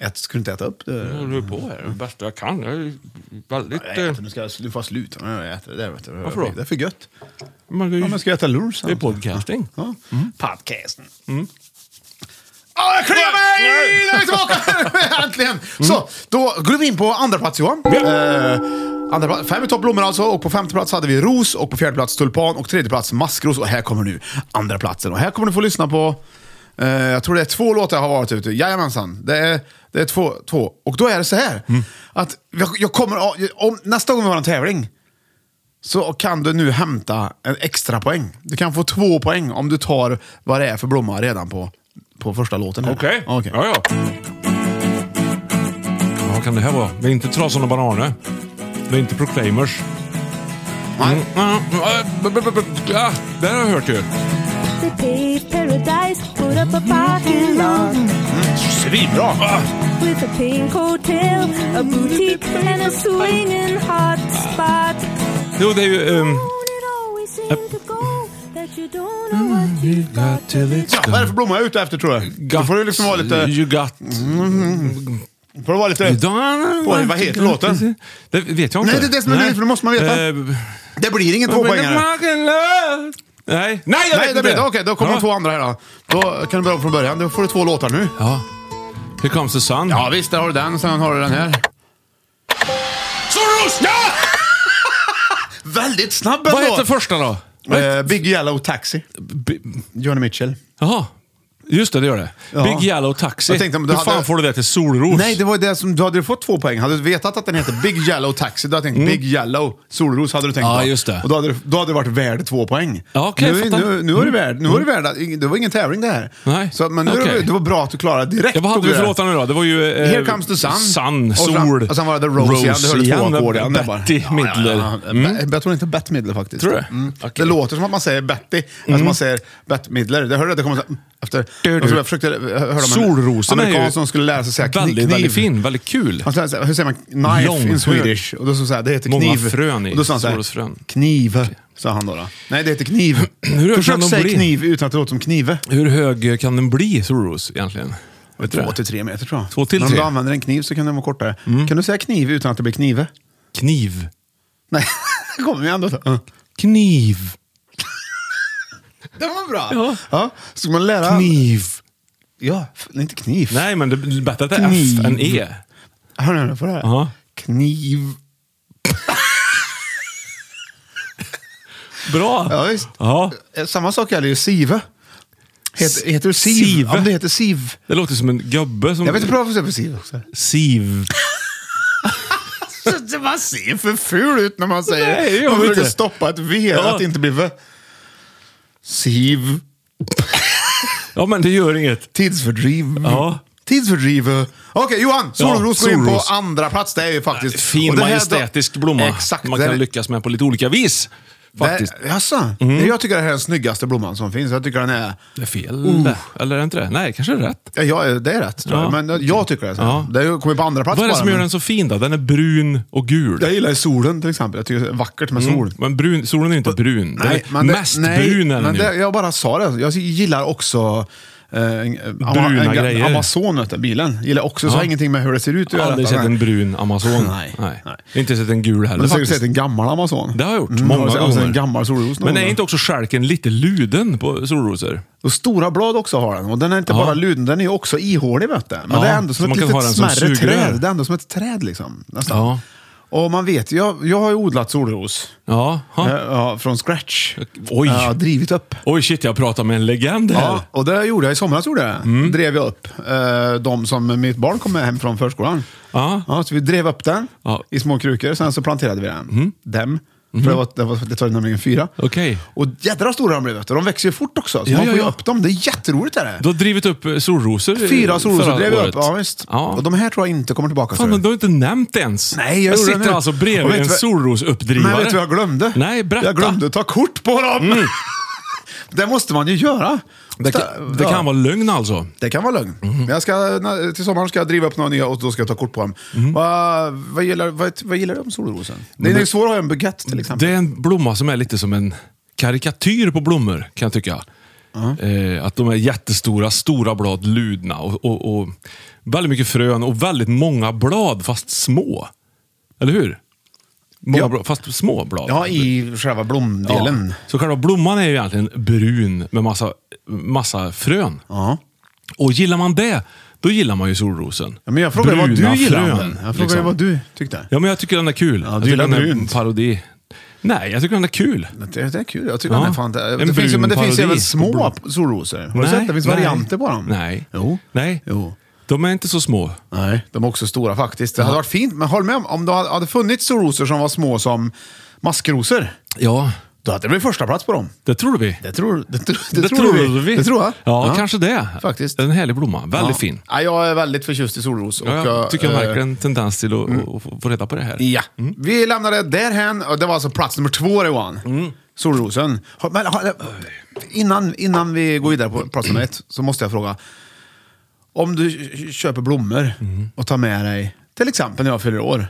[SPEAKER 1] Ät, ska du inte äta upp det?
[SPEAKER 2] Jag håller på här. Det bästa jag kan. Jag är väldigt...
[SPEAKER 1] Jag
[SPEAKER 2] eh,
[SPEAKER 1] äter, nu ska jag, du får sluta med att äta det där. Vet du.
[SPEAKER 2] Varför då?
[SPEAKER 1] Det är för gött.
[SPEAKER 2] eh, Man, det är
[SPEAKER 1] Ja,
[SPEAKER 2] ju-
[SPEAKER 1] men ska jag äta lunch
[SPEAKER 2] det är
[SPEAKER 1] sen?
[SPEAKER 2] podcasting. Mm.
[SPEAKER 1] Ja. Podcasten. Ah, jag kliar mig! Nu är vi tillbaka! Äntligen!
[SPEAKER 2] Mm.
[SPEAKER 1] Så, då går vi in på andra plats Johan. Eh, andra plats, fem i toppblommor alltså. Och på femte plats hade vi ros och på fjärde plats tulpan och tredje plats maskros. Och här kommer nu andra platsen. Och här kommer du få lyssna på, eh, jag tror det är två låtar jag har varit ute. Jajamensan. Det är, det är två, två. Och då är det så här.
[SPEAKER 2] Mm.
[SPEAKER 1] Att jag, jag kommer, om, nästa gång vi har en tävling, så kan du nu hämta en extra poäng. Du kan få två poäng om du tar vad det är för blomma redan på, på första låten. här.
[SPEAKER 2] Okej.
[SPEAKER 1] Okej.
[SPEAKER 2] Ja, ja. Ja, Vad kan det här vara? Det är inte Trasan och Bananer. Det är inte Proclaimers.
[SPEAKER 1] Nej.
[SPEAKER 2] Mm, mm, äh, b- b- b- b- ah, Det här har jag hört ju.
[SPEAKER 1] Svinbra! Ah,
[SPEAKER 4] With a pink hotel, a boutique, and a swinging hot spot.
[SPEAKER 2] Jo, det är ju... ehm,
[SPEAKER 4] It always seems to go that you don't know what you've got till it's
[SPEAKER 1] Ja, vad är det för blomma jag är ute efter tror jag? Då
[SPEAKER 2] Got-
[SPEAKER 1] får du liksom vara lite... Mm.
[SPEAKER 2] You got...
[SPEAKER 1] Får du vara lite... Oj, vad heter låten?
[SPEAKER 2] Det vet jag inte.
[SPEAKER 1] Nej, det är det som är grejen, för det måste man veta.
[SPEAKER 2] Eh,
[SPEAKER 1] Det blir ingen tvåpoängare.
[SPEAKER 2] Nej, nej, jag
[SPEAKER 1] Nej,
[SPEAKER 2] vet
[SPEAKER 1] det
[SPEAKER 2] inte.
[SPEAKER 1] blir det. Okej, då kommer
[SPEAKER 2] ja.
[SPEAKER 1] de två andra här då. Då kan du börja om från början. Då får du två låtar nu.
[SPEAKER 2] Ja. Here comes the sun.
[SPEAKER 1] Ja, visst. Där har du den. Sen har du den här.
[SPEAKER 2] Soros! Ja!
[SPEAKER 1] Väldigt snabb
[SPEAKER 2] Vad heter första då?
[SPEAKER 1] Eh, Big Yellow Taxi.
[SPEAKER 2] B-
[SPEAKER 1] Johnny Mitchell.
[SPEAKER 2] Jaha. Just det, det gör det.
[SPEAKER 1] Ja.
[SPEAKER 2] Big Yellow Taxi.
[SPEAKER 1] Jag tänkte om du
[SPEAKER 2] Hur fan
[SPEAKER 1] hade-
[SPEAKER 2] får du det till solros?
[SPEAKER 1] Nej, det var ju det som... Du hade ju fått två poäng. Hade du vetat att den heter Big Yellow Taxi, då hade jag tänkt Big Yellow Solros hade du tänkt
[SPEAKER 2] Mm. Ja,
[SPEAKER 1] på.
[SPEAKER 2] just det.
[SPEAKER 1] Och då hade, du- då hade det varit värd två poäng.
[SPEAKER 2] Ja, okej,
[SPEAKER 1] nu,
[SPEAKER 2] jag fattar. Mm.
[SPEAKER 1] nu, nu är det värd... Nu är det värd... att- Det var ingen tävling det här.
[SPEAKER 2] Nej,
[SPEAKER 1] Så, men nu är det,
[SPEAKER 2] okej.
[SPEAKER 1] det var bra att du klarade direkt.
[SPEAKER 2] Ja, vad hade
[SPEAKER 1] tog
[SPEAKER 2] vi för
[SPEAKER 1] det.
[SPEAKER 2] låtar nu då? Det var ju... eh,
[SPEAKER 1] Here comes the sun.
[SPEAKER 2] Sun,
[SPEAKER 1] och
[SPEAKER 2] sol.
[SPEAKER 1] Sen, och sen var det The Rose, igen. Du hörde två
[SPEAKER 2] igen,
[SPEAKER 1] ackord igen. Det är bara-
[SPEAKER 2] Betty Midler. Mm.
[SPEAKER 1] Ja, ja, ja. Be- Jag tror inte Bett Midler faktiskt.
[SPEAKER 2] Tror du?
[SPEAKER 1] Mm.
[SPEAKER 2] Okej. Mm.
[SPEAKER 1] Det låter som att man säger Betty, alltså man säger Bett Midler. Det hörde jag, det kom så- efter... Jag, tror jag försökte höra om
[SPEAKER 2] Solrosen
[SPEAKER 1] en
[SPEAKER 2] är ju
[SPEAKER 1] amerikan som skulle lära sig säga kni-
[SPEAKER 2] Väldigt,
[SPEAKER 1] kniv.
[SPEAKER 2] väldigt fin. Väldigt kul.
[SPEAKER 1] Han sa, hur säger man knife
[SPEAKER 2] Lång.
[SPEAKER 1] in Swedish? Och då sa han så här, det heter
[SPEAKER 2] Många
[SPEAKER 1] kniv.
[SPEAKER 2] frön i
[SPEAKER 1] och då sa han så här,
[SPEAKER 2] solrosfrön.
[SPEAKER 1] kniv, sa han då. då. Nej, det heter kniv.
[SPEAKER 2] Hur kan
[SPEAKER 1] Försök
[SPEAKER 2] de
[SPEAKER 1] säga
[SPEAKER 2] bli?
[SPEAKER 1] kniv utan att det låter som knive.
[SPEAKER 2] Hur hög kan den bli, solros, egentligen? Vet du
[SPEAKER 1] Två
[SPEAKER 2] det?
[SPEAKER 1] till tre meter tror jag.
[SPEAKER 2] Två till
[SPEAKER 1] Men om
[SPEAKER 2] tre. Mm.
[SPEAKER 1] du använder en kniv så kan den vara kortare. Kan du säga kniv utan att det blir knive?
[SPEAKER 2] Kniv.
[SPEAKER 1] Nej, det kommer vi ändå ta. Ja.
[SPEAKER 2] Kniv.
[SPEAKER 1] Det var bra. Ja. Ska man lära...
[SPEAKER 2] Kniv.
[SPEAKER 1] Ja, f- inte kniv.
[SPEAKER 2] Nej, men det det är bättre att det är
[SPEAKER 1] Kniv.
[SPEAKER 2] F än E.
[SPEAKER 1] Hör nu, hör nu på det här.
[SPEAKER 2] Ja.
[SPEAKER 1] Kniv.
[SPEAKER 2] Bra.
[SPEAKER 1] Ja, visst.
[SPEAKER 2] Ja.
[SPEAKER 1] Eh, Samma sak gäller ju sive. Heter, heter du siv?
[SPEAKER 2] Sive?
[SPEAKER 1] Om det heter siv.
[SPEAKER 2] Det låter som en gubbe som...
[SPEAKER 1] Jag vet inte vad jag säga för siv också.
[SPEAKER 2] Siv.
[SPEAKER 1] Man ser för ful ut när man säger
[SPEAKER 2] Nej, jag
[SPEAKER 1] Man
[SPEAKER 2] vet
[SPEAKER 1] försöker
[SPEAKER 2] inte.
[SPEAKER 1] stoppa ett V,
[SPEAKER 2] Ja.
[SPEAKER 1] att det inte blir V. Siv.
[SPEAKER 2] Ja, men det gör inget.
[SPEAKER 1] Tidsfördriv.
[SPEAKER 2] Ja.
[SPEAKER 1] Tidsfördriv. Okej, Johan. Solros
[SPEAKER 2] Ja,
[SPEAKER 1] går in på
[SPEAKER 2] solros.
[SPEAKER 1] andra plats. Det är ju faktiskt...
[SPEAKER 2] Fin,
[SPEAKER 1] och det här-
[SPEAKER 2] majestätisk blomma.
[SPEAKER 1] Exakt.
[SPEAKER 2] Man
[SPEAKER 1] det
[SPEAKER 2] kan
[SPEAKER 1] är-
[SPEAKER 2] lyckas med på lite olika vis. Faktiskt.
[SPEAKER 1] Det, jaså? Jag tycker det här är den snyggaste blomman som finns. Jag tycker den är...
[SPEAKER 2] Det är fel.
[SPEAKER 1] Oh.
[SPEAKER 2] Eller är det inte det? Nej, kanske är det rätt.
[SPEAKER 1] Ja, jag, det är rätt tror jag.
[SPEAKER 2] Ja.
[SPEAKER 1] Men jag tycker det. Är så.
[SPEAKER 2] Ja.
[SPEAKER 1] Det kommer på andra plats
[SPEAKER 2] Vad är det
[SPEAKER 1] bara,
[SPEAKER 2] som gör
[SPEAKER 1] men-
[SPEAKER 2] den så fin då? Den är brun och gul.
[SPEAKER 1] Jag gillar ju solen till exempel. Jag tycker det är vackert med sol.
[SPEAKER 2] Men brun, solen är inte brun. Den Mm. är
[SPEAKER 1] det-
[SPEAKER 2] mest brun är den
[SPEAKER 1] men
[SPEAKER 2] ju.
[SPEAKER 1] det, Jag bara sa det. Jag gillar också eh, en,
[SPEAKER 2] Bruna
[SPEAKER 1] en,
[SPEAKER 2] grejer.
[SPEAKER 1] Amazon, vet du, bilen. Gillar också, så
[SPEAKER 2] Ja.
[SPEAKER 1] har ingenting med hur det ser ut att
[SPEAKER 2] Jag har
[SPEAKER 1] göra.
[SPEAKER 2] aldrig
[SPEAKER 1] detta,
[SPEAKER 2] sett
[SPEAKER 1] nej.
[SPEAKER 2] en brun Amazon.
[SPEAKER 1] Nej, nej.
[SPEAKER 2] Inte sett en gul
[SPEAKER 1] Men
[SPEAKER 2] heller
[SPEAKER 1] du har säkert
[SPEAKER 2] faktiskt.
[SPEAKER 1] sett en gammal Amazon.
[SPEAKER 2] Det har jag gjort,
[SPEAKER 1] Mm,
[SPEAKER 2] många
[SPEAKER 1] och sen- och sen
[SPEAKER 2] gånger.
[SPEAKER 1] en gammal solros. någon
[SPEAKER 2] Men är
[SPEAKER 1] gång.
[SPEAKER 2] inte också stjälken lite luden på solrosor?
[SPEAKER 1] Och stora blad också har den. Och den är inte
[SPEAKER 2] Ja.
[SPEAKER 1] bara luden, den är ju också ihålig vet du. Men
[SPEAKER 2] Ja,
[SPEAKER 1] det är ändå
[SPEAKER 2] så
[SPEAKER 1] som ett
[SPEAKER 2] man kan ha
[SPEAKER 1] litet
[SPEAKER 2] den som
[SPEAKER 1] smärre
[SPEAKER 2] sugrör.
[SPEAKER 1] träd. Det är ändå som ett träd liksom. Nästan.
[SPEAKER 2] Ja.
[SPEAKER 1] Och man vet, jag, jag har ju odlat solros.
[SPEAKER 2] Ja.
[SPEAKER 1] Ja.
[SPEAKER 2] ha.
[SPEAKER 1] ja, från scratch.
[SPEAKER 2] Oj.
[SPEAKER 1] Ja, drivit upp.
[SPEAKER 2] Oj shit, jag pratar med en legend här.
[SPEAKER 1] Ja, och det gjorde jag i somras. Gjorde jag.
[SPEAKER 2] Mm.
[SPEAKER 1] Drev jag upp eh, de som mitt barn kom med hem från förskolan.
[SPEAKER 2] Ja.
[SPEAKER 1] så vi drev upp den
[SPEAKER 2] Ja. Mm. Mhm.
[SPEAKER 1] i små krukor, sen så planterade vi den. Dem. För det, var, det, var, det tar nämligen fyra.
[SPEAKER 2] Okej.
[SPEAKER 1] Och jädra stora de blev. vet du. De växer ju fort också. Så
[SPEAKER 2] Ja,
[SPEAKER 1] man
[SPEAKER 2] ja,
[SPEAKER 1] får ju
[SPEAKER 2] ja.
[SPEAKER 1] upp dem. Det är jätteroligt. Är det.
[SPEAKER 2] Du har drivit upp eh, solrosor. eh,
[SPEAKER 1] Fyra solrosor
[SPEAKER 2] förra
[SPEAKER 1] drev jag
[SPEAKER 2] året.
[SPEAKER 1] upp. Ja, visst.
[SPEAKER 2] Ja.
[SPEAKER 1] Och de här tror jag inte kommer tillbaka.
[SPEAKER 2] Fan,
[SPEAKER 1] tror
[SPEAKER 2] men
[SPEAKER 1] jag.
[SPEAKER 2] du har inte nämnt det ens.
[SPEAKER 1] Nej, jag
[SPEAKER 2] jag
[SPEAKER 1] gjorde det
[SPEAKER 2] sitter
[SPEAKER 1] nu.
[SPEAKER 2] alltså
[SPEAKER 1] Och
[SPEAKER 2] bredvid
[SPEAKER 1] vet
[SPEAKER 2] en
[SPEAKER 1] vad-
[SPEAKER 2] solrosuppdrivare.
[SPEAKER 1] Men vet du vad jag glömde?
[SPEAKER 2] Nej, berätta. Mm.
[SPEAKER 1] Jag glömde ta kort på dem. det måste man ju göra.
[SPEAKER 2] Det,
[SPEAKER 1] Sta-
[SPEAKER 2] kan, det
[SPEAKER 1] ja.
[SPEAKER 2] kan vara lögn alltså.
[SPEAKER 1] Det kan vara lögn. Men jag ska, när- till sommaren ska jag driva upp några nya och då ska jag ta kort på dem. Vad, vad, gillar, vad, vad gillar du om solrosen? Den är svår att ha en bukett till exempel.
[SPEAKER 2] Det är en blomma som är lite som en karikatyr på blommor, kan jag tycka. Eh, att de är jättestora, stora blad, ludna och, och, och väldigt mycket frön och väldigt många blad, fast små. Eller hur? Många
[SPEAKER 1] Ja.
[SPEAKER 2] blad, fast små blad.
[SPEAKER 1] Ja, i själva blomdelen.
[SPEAKER 2] Så själva blomman är ju egentligen brun med massa, massa frön.
[SPEAKER 1] Ja.
[SPEAKER 2] Och gillar man det, då gillar man ju solrosen.
[SPEAKER 1] Ja, men jag frågar vad
[SPEAKER 2] Bruna
[SPEAKER 1] du gillar
[SPEAKER 2] frön,
[SPEAKER 1] om den. Jag frågar
[SPEAKER 2] liksom.
[SPEAKER 1] vad du tyckte.
[SPEAKER 2] Ja, men jag tycker den är kul.
[SPEAKER 1] Ja,
[SPEAKER 2] jag
[SPEAKER 1] du
[SPEAKER 2] tycker
[SPEAKER 1] gillar
[SPEAKER 2] den är en
[SPEAKER 1] brunt.
[SPEAKER 2] parodi. Nej, jag tycker den är kul.
[SPEAKER 1] Det, det är kul. Jag tycker
[SPEAKER 2] Ja.
[SPEAKER 1] den är fan... Det, det
[SPEAKER 2] En
[SPEAKER 1] finns, ju-
[SPEAKER 2] brun
[SPEAKER 1] men det finns
[SPEAKER 2] parodi
[SPEAKER 1] även
[SPEAKER 2] på
[SPEAKER 1] små
[SPEAKER 2] blom.
[SPEAKER 1] solrosor. Har du sett? Det finns
[SPEAKER 2] nej.
[SPEAKER 1] varianter på dem.
[SPEAKER 2] Nej.
[SPEAKER 1] Jo.
[SPEAKER 2] Nej.
[SPEAKER 1] Jo.
[SPEAKER 2] De är inte så små.
[SPEAKER 1] Nej, de är också stora faktiskt. Det hade varit fint, men håll med om, om det hade funnits solrosor som var små som maskrosor,
[SPEAKER 2] Ja,
[SPEAKER 1] då hade det blivit första plats på dem.
[SPEAKER 2] det tror vi.
[SPEAKER 1] Det tror, det, tror- det
[SPEAKER 2] Det
[SPEAKER 1] tror
[SPEAKER 2] tror vi.
[SPEAKER 1] Det tror jag.
[SPEAKER 2] Ja, kanske det.
[SPEAKER 1] Faktiskt.
[SPEAKER 2] En härlig blomma. Väldigt
[SPEAKER 1] Ja.
[SPEAKER 2] fin.
[SPEAKER 1] Ja, jag är väldigt förtjust i solros. Och
[SPEAKER 2] Ja, jag tycker jag Mm.
[SPEAKER 1] eh,
[SPEAKER 2] märker en tendens till att att få- få reda på det här.
[SPEAKER 1] Ja. Vi lämnar det därhän. Och Det var alltså plats nummer två, Johan.
[SPEAKER 2] Mm.
[SPEAKER 1] Solrosen. Har- Men, har- innan, innan vi går vidare på plats nummer ett så måste jag fråga. Om du köper blommor
[SPEAKER 2] Mm.
[SPEAKER 1] och tar med dig, till exempel när jag fyller år.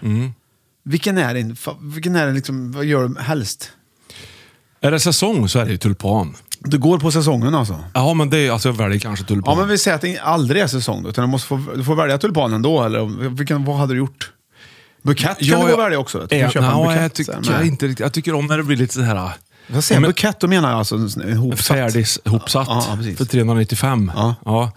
[SPEAKER 1] Vilken är din, fa- vilken är din liksom, vad gör du helst?
[SPEAKER 2] Är det säsong så är det ju tulpan.
[SPEAKER 1] Du går på säsongen alltså?
[SPEAKER 2] Ja, men det är, alltså, jag väljer kanske tulpan.
[SPEAKER 1] Ja, men vi säger att det aldrig är säsong då, utan du, måste få, du får välja tulpanen då, eller om- vilken, vad hade du gjort? Bukett kan du gå och välja också. Du kan
[SPEAKER 2] Jag,
[SPEAKER 1] köpa en
[SPEAKER 2] nej,
[SPEAKER 1] bukett
[SPEAKER 2] jag
[SPEAKER 1] sen,
[SPEAKER 2] tycker
[SPEAKER 1] men-
[SPEAKER 2] jag inte riktigt. Jag tycker om när det blir lite så här... eh,
[SPEAKER 1] Vad säger jag?
[SPEAKER 2] Men-
[SPEAKER 1] Bukett, då menar jag alltså en en hopsatt.
[SPEAKER 2] Färdig hopsatt
[SPEAKER 1] Ja, ja, precis.
[SPEAKER 2] för 395.
[SPEAKER 1] Ja.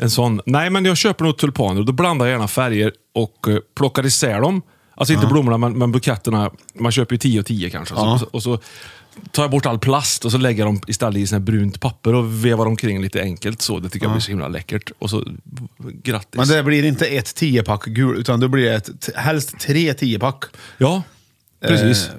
[SPEAKER 2] en sån. Nej, men jag köper nog tulpaner och då blandar jag gärna färger och eh, plockar isär dem. Alltså inte blommorna, men, men buketterna. Man köper ju 10 och 10 kanske. Och, så, och så tar jag bort all plast och så lägger jag dem istället i sån här brunt papper och vevar omkring lite enkelt. så. Det tycker jag blir så himla läckert. Och så grattis.
[SPEAKER 1] Men det blir inte ett tiopack gul, utan det blir ett, t- helst tre tiopack.
[SPEAKER 2] Ja, precis.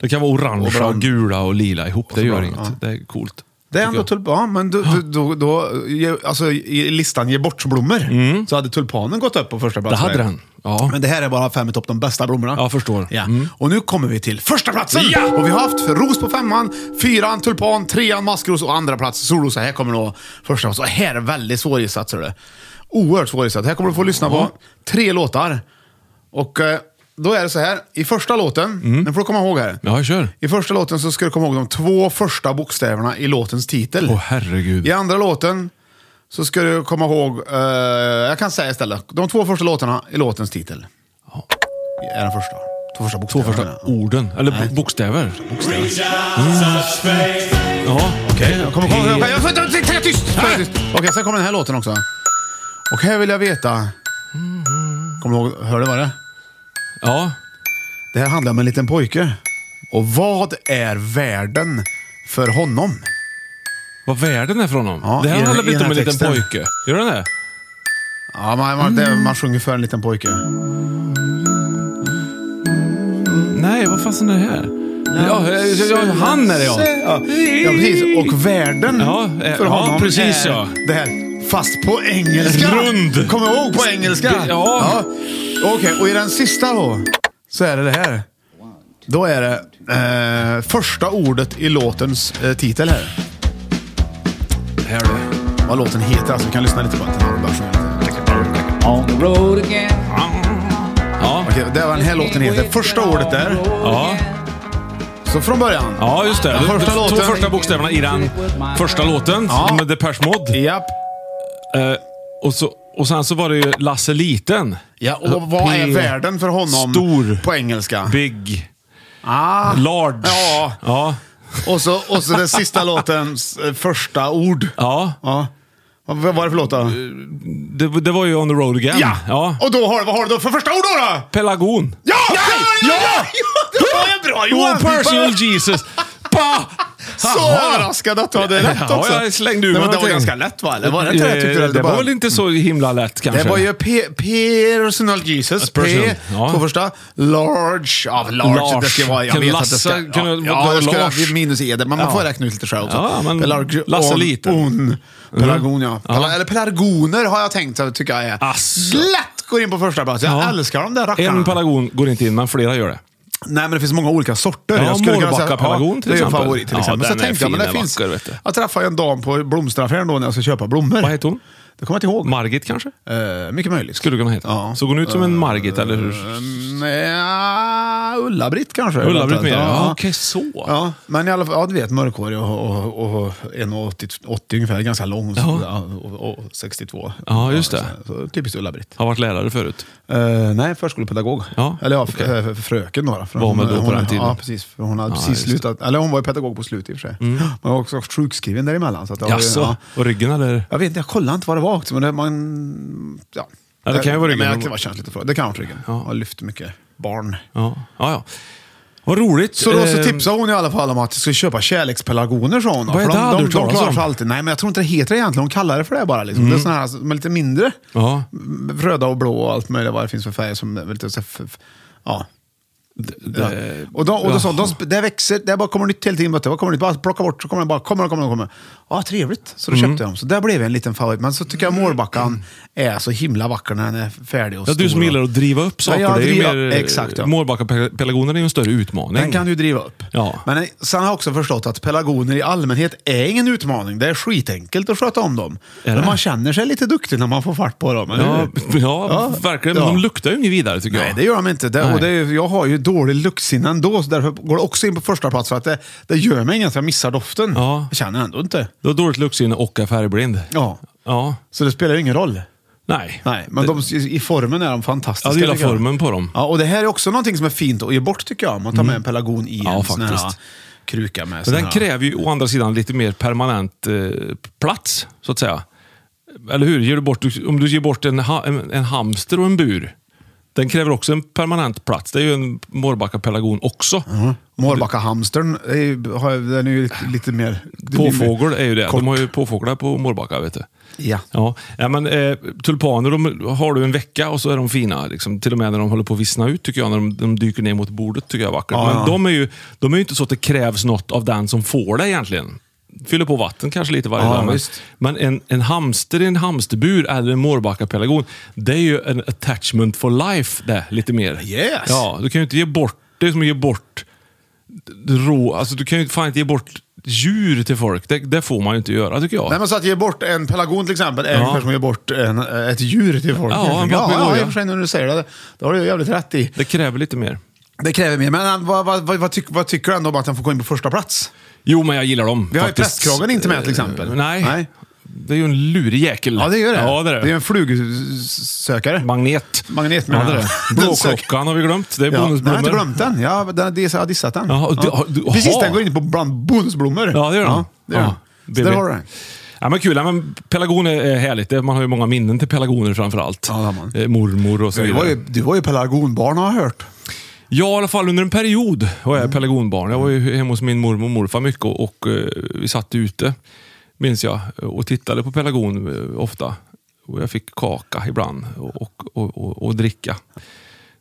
[SPEAKER 2] det kan vara
[SPEAKER 1] och
[SPEAKER 2] orangea,
[SPEAKER 1] brand-
[SPEAKER 2] gula Eh, och lila ihop. Det gör
[SPEAKER 1] brand-
[SPEAKER 2] inget. Det är coolt.
[SPEAKER 1] Det är
[SPEAKER 2] tycker
[SPEAKER 1] ändå
[SPEAKER 2] jag.
[SPEAKER 1] tulpan, ja, men du, du, då, då, ge- alltså, i listan ge bort-blommor så hade tulpanen gått upp på första
[SPEAKER 2] Mm. Det
[SPEAKER 1] plats.
[SPEAKER 2] hade
[SPEAKER 1] för dig.
[SPEAKER 2] den. Ja.
[SPEAKER 1] Men det här är bara fem i topp, de bästa blommorna.
[SPEAKER 2] Ja, jag förstår.
[SPEAKER 1] Ja.
[SPEAKER 2] Mm.
[SPEAKER 1] Och nu kommer vi till första platsen
[SPEAKER 2] Ja!
[SPEAKER 1] Och vi har haft för ros på femman, fyran tulpan, trean maskros och andra plats solros. Här kommer då första plats. Och här är väldigt svårgissat, ser du. Oerhört svårgissat. Här kommer du få lyssna på tre låtar. Och eh, då är det så här, i första låten,
[SPEAKER 2] Mm.
[SPEAKER 1] den får du komma ihåg här.
[SPEAKER 2] Ja, kör.
[SPEAKER 1] I första låten så ska du komma ihåg de två första bokstäverna i låtens titel.
[SPEAKER 2] Åh herregud.
[SPEAKER 1] I andra låten så ska du komma ihåg, eh, jag kan säga istället, de två första låtarna i låtens titel. Är den första. Två första
[SPEAKER 2] Två
[SPEAKER 1] bokstäverna.
[SPEAKER 2] första orden, eller bo- bokstäver. Mm. Ja,
[SPEAKER 1] Okej, jag kommer komma ihåg. Jag får inte- titta, tyst! Titta, tyst. Okej, sen kommer den här låten också. Och här vill jag veta... Kommer du ihåg, hörde vad det?
[SPEAKER 2] Ja,
[SPEAKER 1] Det här handlar om en liten pojke. Och vad är världen för honom?
[SPEAKER 2] vad världen är för honom.
[SPEAKER 1] Ja,
[SPEAKER 2] det
[SPEAKER 1] i
[SPEAKER 2] här
[SPEAKER 1] den-
[SPEAKER 2] handlar
[SPEAKER 1] i
[SPEAKER 2] lite
[SPEAKER 1] den
[SPEAKER 2] om en
[SPEAKER 1] här
[SPEAKER 2] liten
[SPEAKER 1] texten.
[SPEAKER 2] pojke. Gör den det?
[SPEAKER 1] Ja, man, man, det, man sjunger för en liten pojke.
[SPEAKER 2] Nej, vad fasen är det här? Ja, ja, ja, han är det ja.
[SPEAKER 1] Ja, ja, precis. Och världen
[SPEAKER 2] Ja, eh,
[SPEAKER 1] för
[SPEAKER 2] ja,
[SPEAKER 1] honom
[SPEAKER 2] precis,
[SPEAKER 1] är
[SPEAKER 2] ja.
[SPEAKER 1] det här. Fast på engelska.
[SPEAKER 2] Rund.
[SPEAKER 1] Kom ihåg på engelska.
[SPEAKER 2] Det- ja.
[SPEAKER 1] Okej, och i den sista då så är det det här. Då är det eh, första ordet i låtens eh, titel här.
[SPEAKER 2] Här det.
[SPEAKER 1] Vad låten heter alltså. Vi kan lyssna lite på den. här och bara sjunga lite.
[SPEAKER 2] Ja,
[SPEAKER 1] Okej, det är vad den här låten heter. Första ordet där.
[SPEAKER 2] ja,
[SPEAKER 1] Så från början.
[SPEAKER 2] ja, just det.
[SPEAKER 1] Den första
[SPEAKER 2] de, de två
[SPEAKER 1] låten.
[SPEAKER 2] första bokstäverna i den första låten
[SPEAKER 1] Ja.
[SPEAKER 2] med Depeche Mode.
[SPEAKER 1] Japp.
[SPEAKER 2] Eh, och, så, och sen så var det ju Lasse Liten.
[SPEAKER 1] Ja, och vad är
[SPEAKER 2] P-
[SPEAKER 1] världen för honom
[SPEAKER 2] Stor.
[SPEAKER 1] på engelska?
[SPEAKER 2] Big.
[SPEAKER 1] Ah.
[SPEAKER 2] Large.
[SPEAKER 1] Ja.
[SPEAKER 2] Ja.
[SPEAKER 1] Och så, och så den sista låtens eh, första ord.
[SPEAKER 2] ja.
[SPEAKER 1] Ja. Vad vad var det för låt då?
[SPEAKER 2] Det, det var ju On the Road Again. ja.
[SPEAKER 1] Och då har, vad har du då för första ord då? då?
[SPEAKER 2] Pelagon.
[SPEAKER 1] Ja! Ja! ja, ja, ja! Det var ju bra
[SPEAKER 2] One
[SPEAKER 1] Johan!
[SPEAKER 2] personal Jesus. Bah!
[SPEAKER 1] Så
[SPEAKER 2] Jaha.
[SPEAKER 1] överraskad att du hade rätt
[SPEAKER 2] Ja,
[SPEAKER 1] också.
[SPEAKER 2] jag slängde ur
[SPEAKER 1] Nej,
[SPEAKER 2] mig
[SPEAKER 1] men Det var
[SPEAKER 2] någonting.
[SPEAKER 1] ganska lätt va? Eller var det inte det?
[SPEAKER 2] Eh,
[SPEAKER 1] Tyckte du?
[SPEAKER 2] det
[SPEAKER 1] Det
[SPEAKER 2] var väl inte så himla lätt kanske?
[SPEAKER 1] Det var ju P- personal Jesus.
[SPEAKER 2] Personal,
[SPEAKER 1] P,
[SPEAKER 2] ja.
[SPEAKER 1] två första. Large. Ja, large.
[SPEAKER 2] Large.
[SPEAKER 1] Det ska vara, jag
[SPEAKER 2] Kan
[SPEAKER 1] vet att
[SPEAKER 2] Lasse
[SPEAKER 1] det ska...
[SPEAKER 2] kunna
[SPEAKER 1] ja,
[SPEAKER 2] vara
[SPEAKER 1] ja, jag ska
[SPEAKER 2] large?
[SPEAKER 1] minus eder, men man
[SPEAKER 2] Ja.
[SPEAKER 1] får räkna ut lite själv också.
[SPEAKER 2] Ja, men
[SPEAKER 1] Pelarg-
[SPEAKER 2] Lasse
[SPEAKER 1] on-
[SPEAKER 2] lite. Mm.
[SPEAKER 1] On. Pelargon, ja.
[SPEAKER 2] Ja.
[SPEAKER 1] Pela- Eller pelargoner har jag tänkt att tycker jag är.
[SPEAKER 2] Asså.
[SPEAKER 1] Lätt går in på första plats. Jag
[SPEAKER 2] Ja.
[SPEAKER 1] älskar de där rackarna.
[SPEAKER 2] En pelargon går inte in, men flera gör det.
[SPEAKER 1] Nej, men det finns många olika sorter.
[SPEAKER 2] Ja,
[SPEAKER 1] Jag skulle kunna säga-
[SPEAKER 2] Mårbackapelargon till
[SPEAKER 1] Det är en
[SPEAKER 2] exempel.
[SPEAKER 1] favorit till
[SPEAKER 2] Ja,
[SPEAKER 1] exempel.
[SPEAKER 2] den
[SPEAKER 1] så
[SPEAKER 2] är
[SPEAKER 1] tänkte jag, men
[SPEAKER 2] fin,
[SPEAKER 1] det
[SPEAKER 2] den är
[SPEAKER 1] finns,
[SPEAKER 2] vacker, vet du.
[SPEAKER 1] jag träffade en dam på blomsteraffären då när jag ska köpa blommor.
[SPEAKER 2] Vad heter hon?
[SPEAKER 1] Det kommer jag inte ihåg.
[SPEAKER 2] Margit kanske?
[SPEAKER 1] Eh, mycket möjligt.
[SPEAKER 2] Skulle kunna heta.
[SPEAKER 1] Ja.
[SPEAKER 2] Typ.
[SPEAKER 1] Eh,
[SPEAKER 2] Såg hon ut som en Margit, eller hur?
[SPEAKER 1] Nej, ah, Ulla-Britt kanske.
[SPEAKER 2] Ulla-Britt menar jag.
[SPEAKER 1] Ja.
[SPEAKER 2] Ja, Okej, så.
[SPEAKER 1] Ja, men i alla fall, ja, du vet mörkhårig och, och, och 1,80 80 ungefär, ganska lång.
[SPEAKER 2] Ja.
[SPEAKER 1] Så, ja, och, och 62.
[SPEAKER 2] Ja, just det.
[SPEAKER 1] så, så, typiskt Ulla-Britt.
[SPEAKER 2] Har varit lärare förut.
[SPEAKER 1] Eh, nej, förskolepedagog.
[SPEAKER 2] Ja,
[SPEAKER 1] Eller ja,
[SPEAKER 2] okej.
[SPEAKER 1] f- eh, fröken då. då, för
[SPEAKER 2] Var hon väl då på den tiden?
[SPEAKER 1] Ja, precis. För hon hade
[SPEAKER 2] Ja,
[SPEAKER 1] precis
[SPEAKER 2] just det. Mm.
[SPEAKER 1] slutat. Eller hon var ju pedagog på slutet i och för sig. Men hon var också sjukskriven däremellan. Så att det var ju-
[SPEAKER 2] Jaså?
[SPEAKER 1] ja.
[SPEAKER 2] Och ryggen eller?
[SPEAKER 1] Jag vet inte, jag kollade inte vad det var också, men det, man... Ja.
[SPEAKER 2] Ja, det kan ju vara ryggen.
[SPEAKER 1] Men jag kan vara känsligt för. Det kan vara ryggen.
[SPEAKER 2] Ja.
[SPEAKER 1] Jag lyfter mycket barn. Ehm.
[SPEAKER 2] Ja. ja, ja. Vad roligt.
[SPEAKER 1] Så då så
[SPEAKER 2] Eh,
[SPEAKER 1] tipsade hon i alla fall om att jag skulle köpa kärlekspelargoner sa hon. då.
[SPEAKER 2] Vad är
[SPEAKER 1] För
[SPEAKER 2] det
[SPEAKER 1] de,
[SPEAKER 2] hade
[SPEAKER 1] de,
[SPEAKER 2] du
[SPEAKER 1] de
[SPEAKER 2] talat
[SPEAKER 1] klarar
[SPEAKER 2] om?
[SPEAKER 1] sig alltid. Nej, men jag tror inte det heter det egentligen. Hon kallar det för det bara. Liksom. Det är såna här som är lite mindre.
[SPEAKER 2] Ja.
[SPEAKER 1] M- Röda och blå och allt möjligt vad det finns för färger. Som är lite så här, f- f- ja. Ja. Och, de, och då sa de, de, det växer, det bara kommer nytt hela tiden. vet du. Vad kommer nytt? Bara plocka bort, så kommer det bara, kommer det, kommer det, kommer det. Ja, trevligt. Så då
[SPEAKER 2] Mm.
[SPEAKER 1] köpte jag dem. Så där blev jag en liten favorit. Men så tycker jag Mårbackan är så himla vacker när den är färdig och
[SPEAKER 2] Ja,
[SPEAKER 1] stor.
[SPEAKER 2] du som gillar att driva upp saker.
[SPEAKER 1] jag
[SPEAKER 2] det är
[SPEAKER 1] driver-
[SPEAKER 2] ju mer, eh,
[SPEAKER 1] exakt, ja.
[SPEAKER 2] Mårbackapelargonen är ju en större utmaning.
[SPEAKER 1] Den kan du driva upp.
[SPEAKER 2] Ja.
[SPEAKER 1] Men eh, sen har jag också förstått att pelargoner i allmänhet är ingen utmaning. Det är skitenkelt att sköta om dem.
[SPEAKER 2] Är
[SPEAKER 1] Men
[SPEAKER 2] det?
[SPEAKER 1] man känner sig lite duktig när man får fart på dem. eller
[SPEAKER 2] ja,
[SPEAKER 1] hur?
[SPEAKER 2] ja, verkligen. Men
[SPEAKER 1] Ja.
[SPEAKER 2] de luktar ju inget vidare tycker
[SPEAKER 1] Nej,
[SPEAKER 2] jag.
[SPEAKER 1] det gör de inte. Det,
[SPEAKER 2] Nej.
[SPEAKER 1] och det är, jag har ju dålig luktsinne ändå, så därför går det också in på första plats för att det, det gör mig inget att jag missar doften.
[SPEAKER 2] Ja.
[SPEAKER 1] Jag känner ändå inte.
[SPEAKER 2] Du har dåligt luktsinne och är färgblind.
[SPEAKER 1] Ja.
[SPEAKER 2] Ja.
[SPEAKER 1] Så det spelar ju ingen roll.
[SPEAKER 2] Nej.
[SPEAKER 1] Nej, men de, i formen är de fantastiska.
[SPEAKER 2] Ja, du gillar
[SPEAKER 1] tycker jag.
[SPEAKER 2] formen på dem.
[SPEAKER 1] Ja, och det här är också någonting som är fint att ge bort tycker jag. Man tar med en pelargon i
[SPEAKER 2] Mm. Ja,
[SPEAKER 1] en sån här
[SPEAKER 2] faktiskt.
[SPEAKER 1] kruka med.
[SPEAKER 2] Men
[SPEAKER 1] sån
[SPEAKER 2] den
[SPEAKER 1] här-
[SPEAKER 2] kräver ju å andra sidan lite mer permanent eh, plats, så att säga. Eller hur? Ger du bort, om du ger bort en, ha, en, en hamster och en bur, den kräver också en permanent plats. Det är ju en Mårbackapelargon också.
[SPEAKER 1] Mm. Mårbackahamstern är ju- har- den är ju lite, lite mer...
[SPEAKER 2] Påfågel är ju det.
[SPEAKER 1] Kort.
[SPEAKER 2] De har ju påfåglar på Mårbacka, vet du.
[SPEAKER 1] Ja.
[SPEAKER 2] Ja, ja men eh, tulpaner de har du en vecka och så är de fina. Liksom. Till och med när de håller på att vissna ut, tycker jag. När de, de dyker ner mot bordet, tycker jag är vackert.
[SPEAKER 1] Ja,
[SPEAKER 2] men
[SPEAKER 1] ja.
[SPEAKER 2] de är ju de är ju inte så att det krävs något av den som får det egentligen. Fyller på vatten kanske lite varje
[SPEAKER 1] Ja,
[SPEAKER 2] dag. Men,
[SPEAKER 1] visst.
[SPEAKER 2] men en, en hamster i en hamsterbur eller en Mårbackapelargon, det är ju en attachment for life det, lite mer.
[SPEAKER 1] Yes.
[SPEAKER 2] Ja, du kan ju inte ge bort, det är som att ge bort rå, alltså du kan ju fan inte ge bort djur till folk. Det, det får man ju inte göra tycker jag.
[SPEAKER 1] Nej, men så att ge bort en pelargon till exempel är ungefär som att ge bort en, ett djur till folk.
[SPEAKER 2] Ja,
[SPEAKER 1] ja,
[SPEAKER 2] en
[SPEAKER 1] ja,
[SPEAKER 2] papegoja.
[SPEAKER 1] i och för sig när du säger det. Det har du jävligt rätt i.
[SPEAKER 2] Det kräver lite mer.
[SPEAKER 1] Det kräver mer. Men vad, vad, vad, vad, tyck, vad tycker du ändå om att den får gå in på första plats?
[SPEAKER 2] Jo, men jag gillar dem.
[SPEAKER 1] Vi har ju
[SPEAKER 2] faktiskt.
[SPEAKER 1] prästkragen inte med till exempel.
[SPEAKER 2] Eh, Nej. Det är ju en lurig jäkel.
[SPEAKER 1] Ja, det gör det.
[SPEAKER 2] Ja, det är det.
[SPEAKER 1] det är en flugsökare.
[SPEAKER 2] Magnet.
[SPEAKER 1] Magnet menar
[SPEAKER 2] Ja.
[SPEAKER 1] du?
[SPEAKER 2] Blåklockan har vi glömt. Det är
[SPEAKER 1] Ja, nej, jag
[SPEAKER 2] bonusblommor.
[SPEAKER 1] har inte glömt den. Jag har- den- det- jag har dissat den.
[SPEAKER 2] Jaha, du- har- du-
[SPEAKER 1] Precis,
[SPEAKER 2] aha.
[SPEAKER 1] den går in på bland bonusblommor.
[SPEAKER 2] Ja, det gör den.
[SPEAKER 1] Ja, det gör
[SPEAKER 2] Ja,
[SPEAKER 1] den. Så
[SPEAKER 2] BB.
[SPEAKER 1] där har du den.
[SPEAKER 2] Ja, men kul. Ja, men pelargon är- är härligt. Det- Man har ju många minnen till pelargoner framför allt.
[SPEAKER 1] Ja, det har man.
[SPEAKER 2] Eh, Mormor och så
[SPEAKER 1] Du
[SPEAKER 2] vidare.
[SPEAKER 1] var ju, du var ju pelargonbarn har jag hört.
[SPEAKER 2] Ja, i alla fall under en period var
[SPEAKER 1] Mm.
[SPEAKER 2] jag pelargonbarn. Jag var ju hemma hos min mormor och morfar mycket och, och eh, vi satt ute, minns jag, och tittade på pelargon eh, ofta. Och jag fick kaka ibland och, och, och, och, och dricka.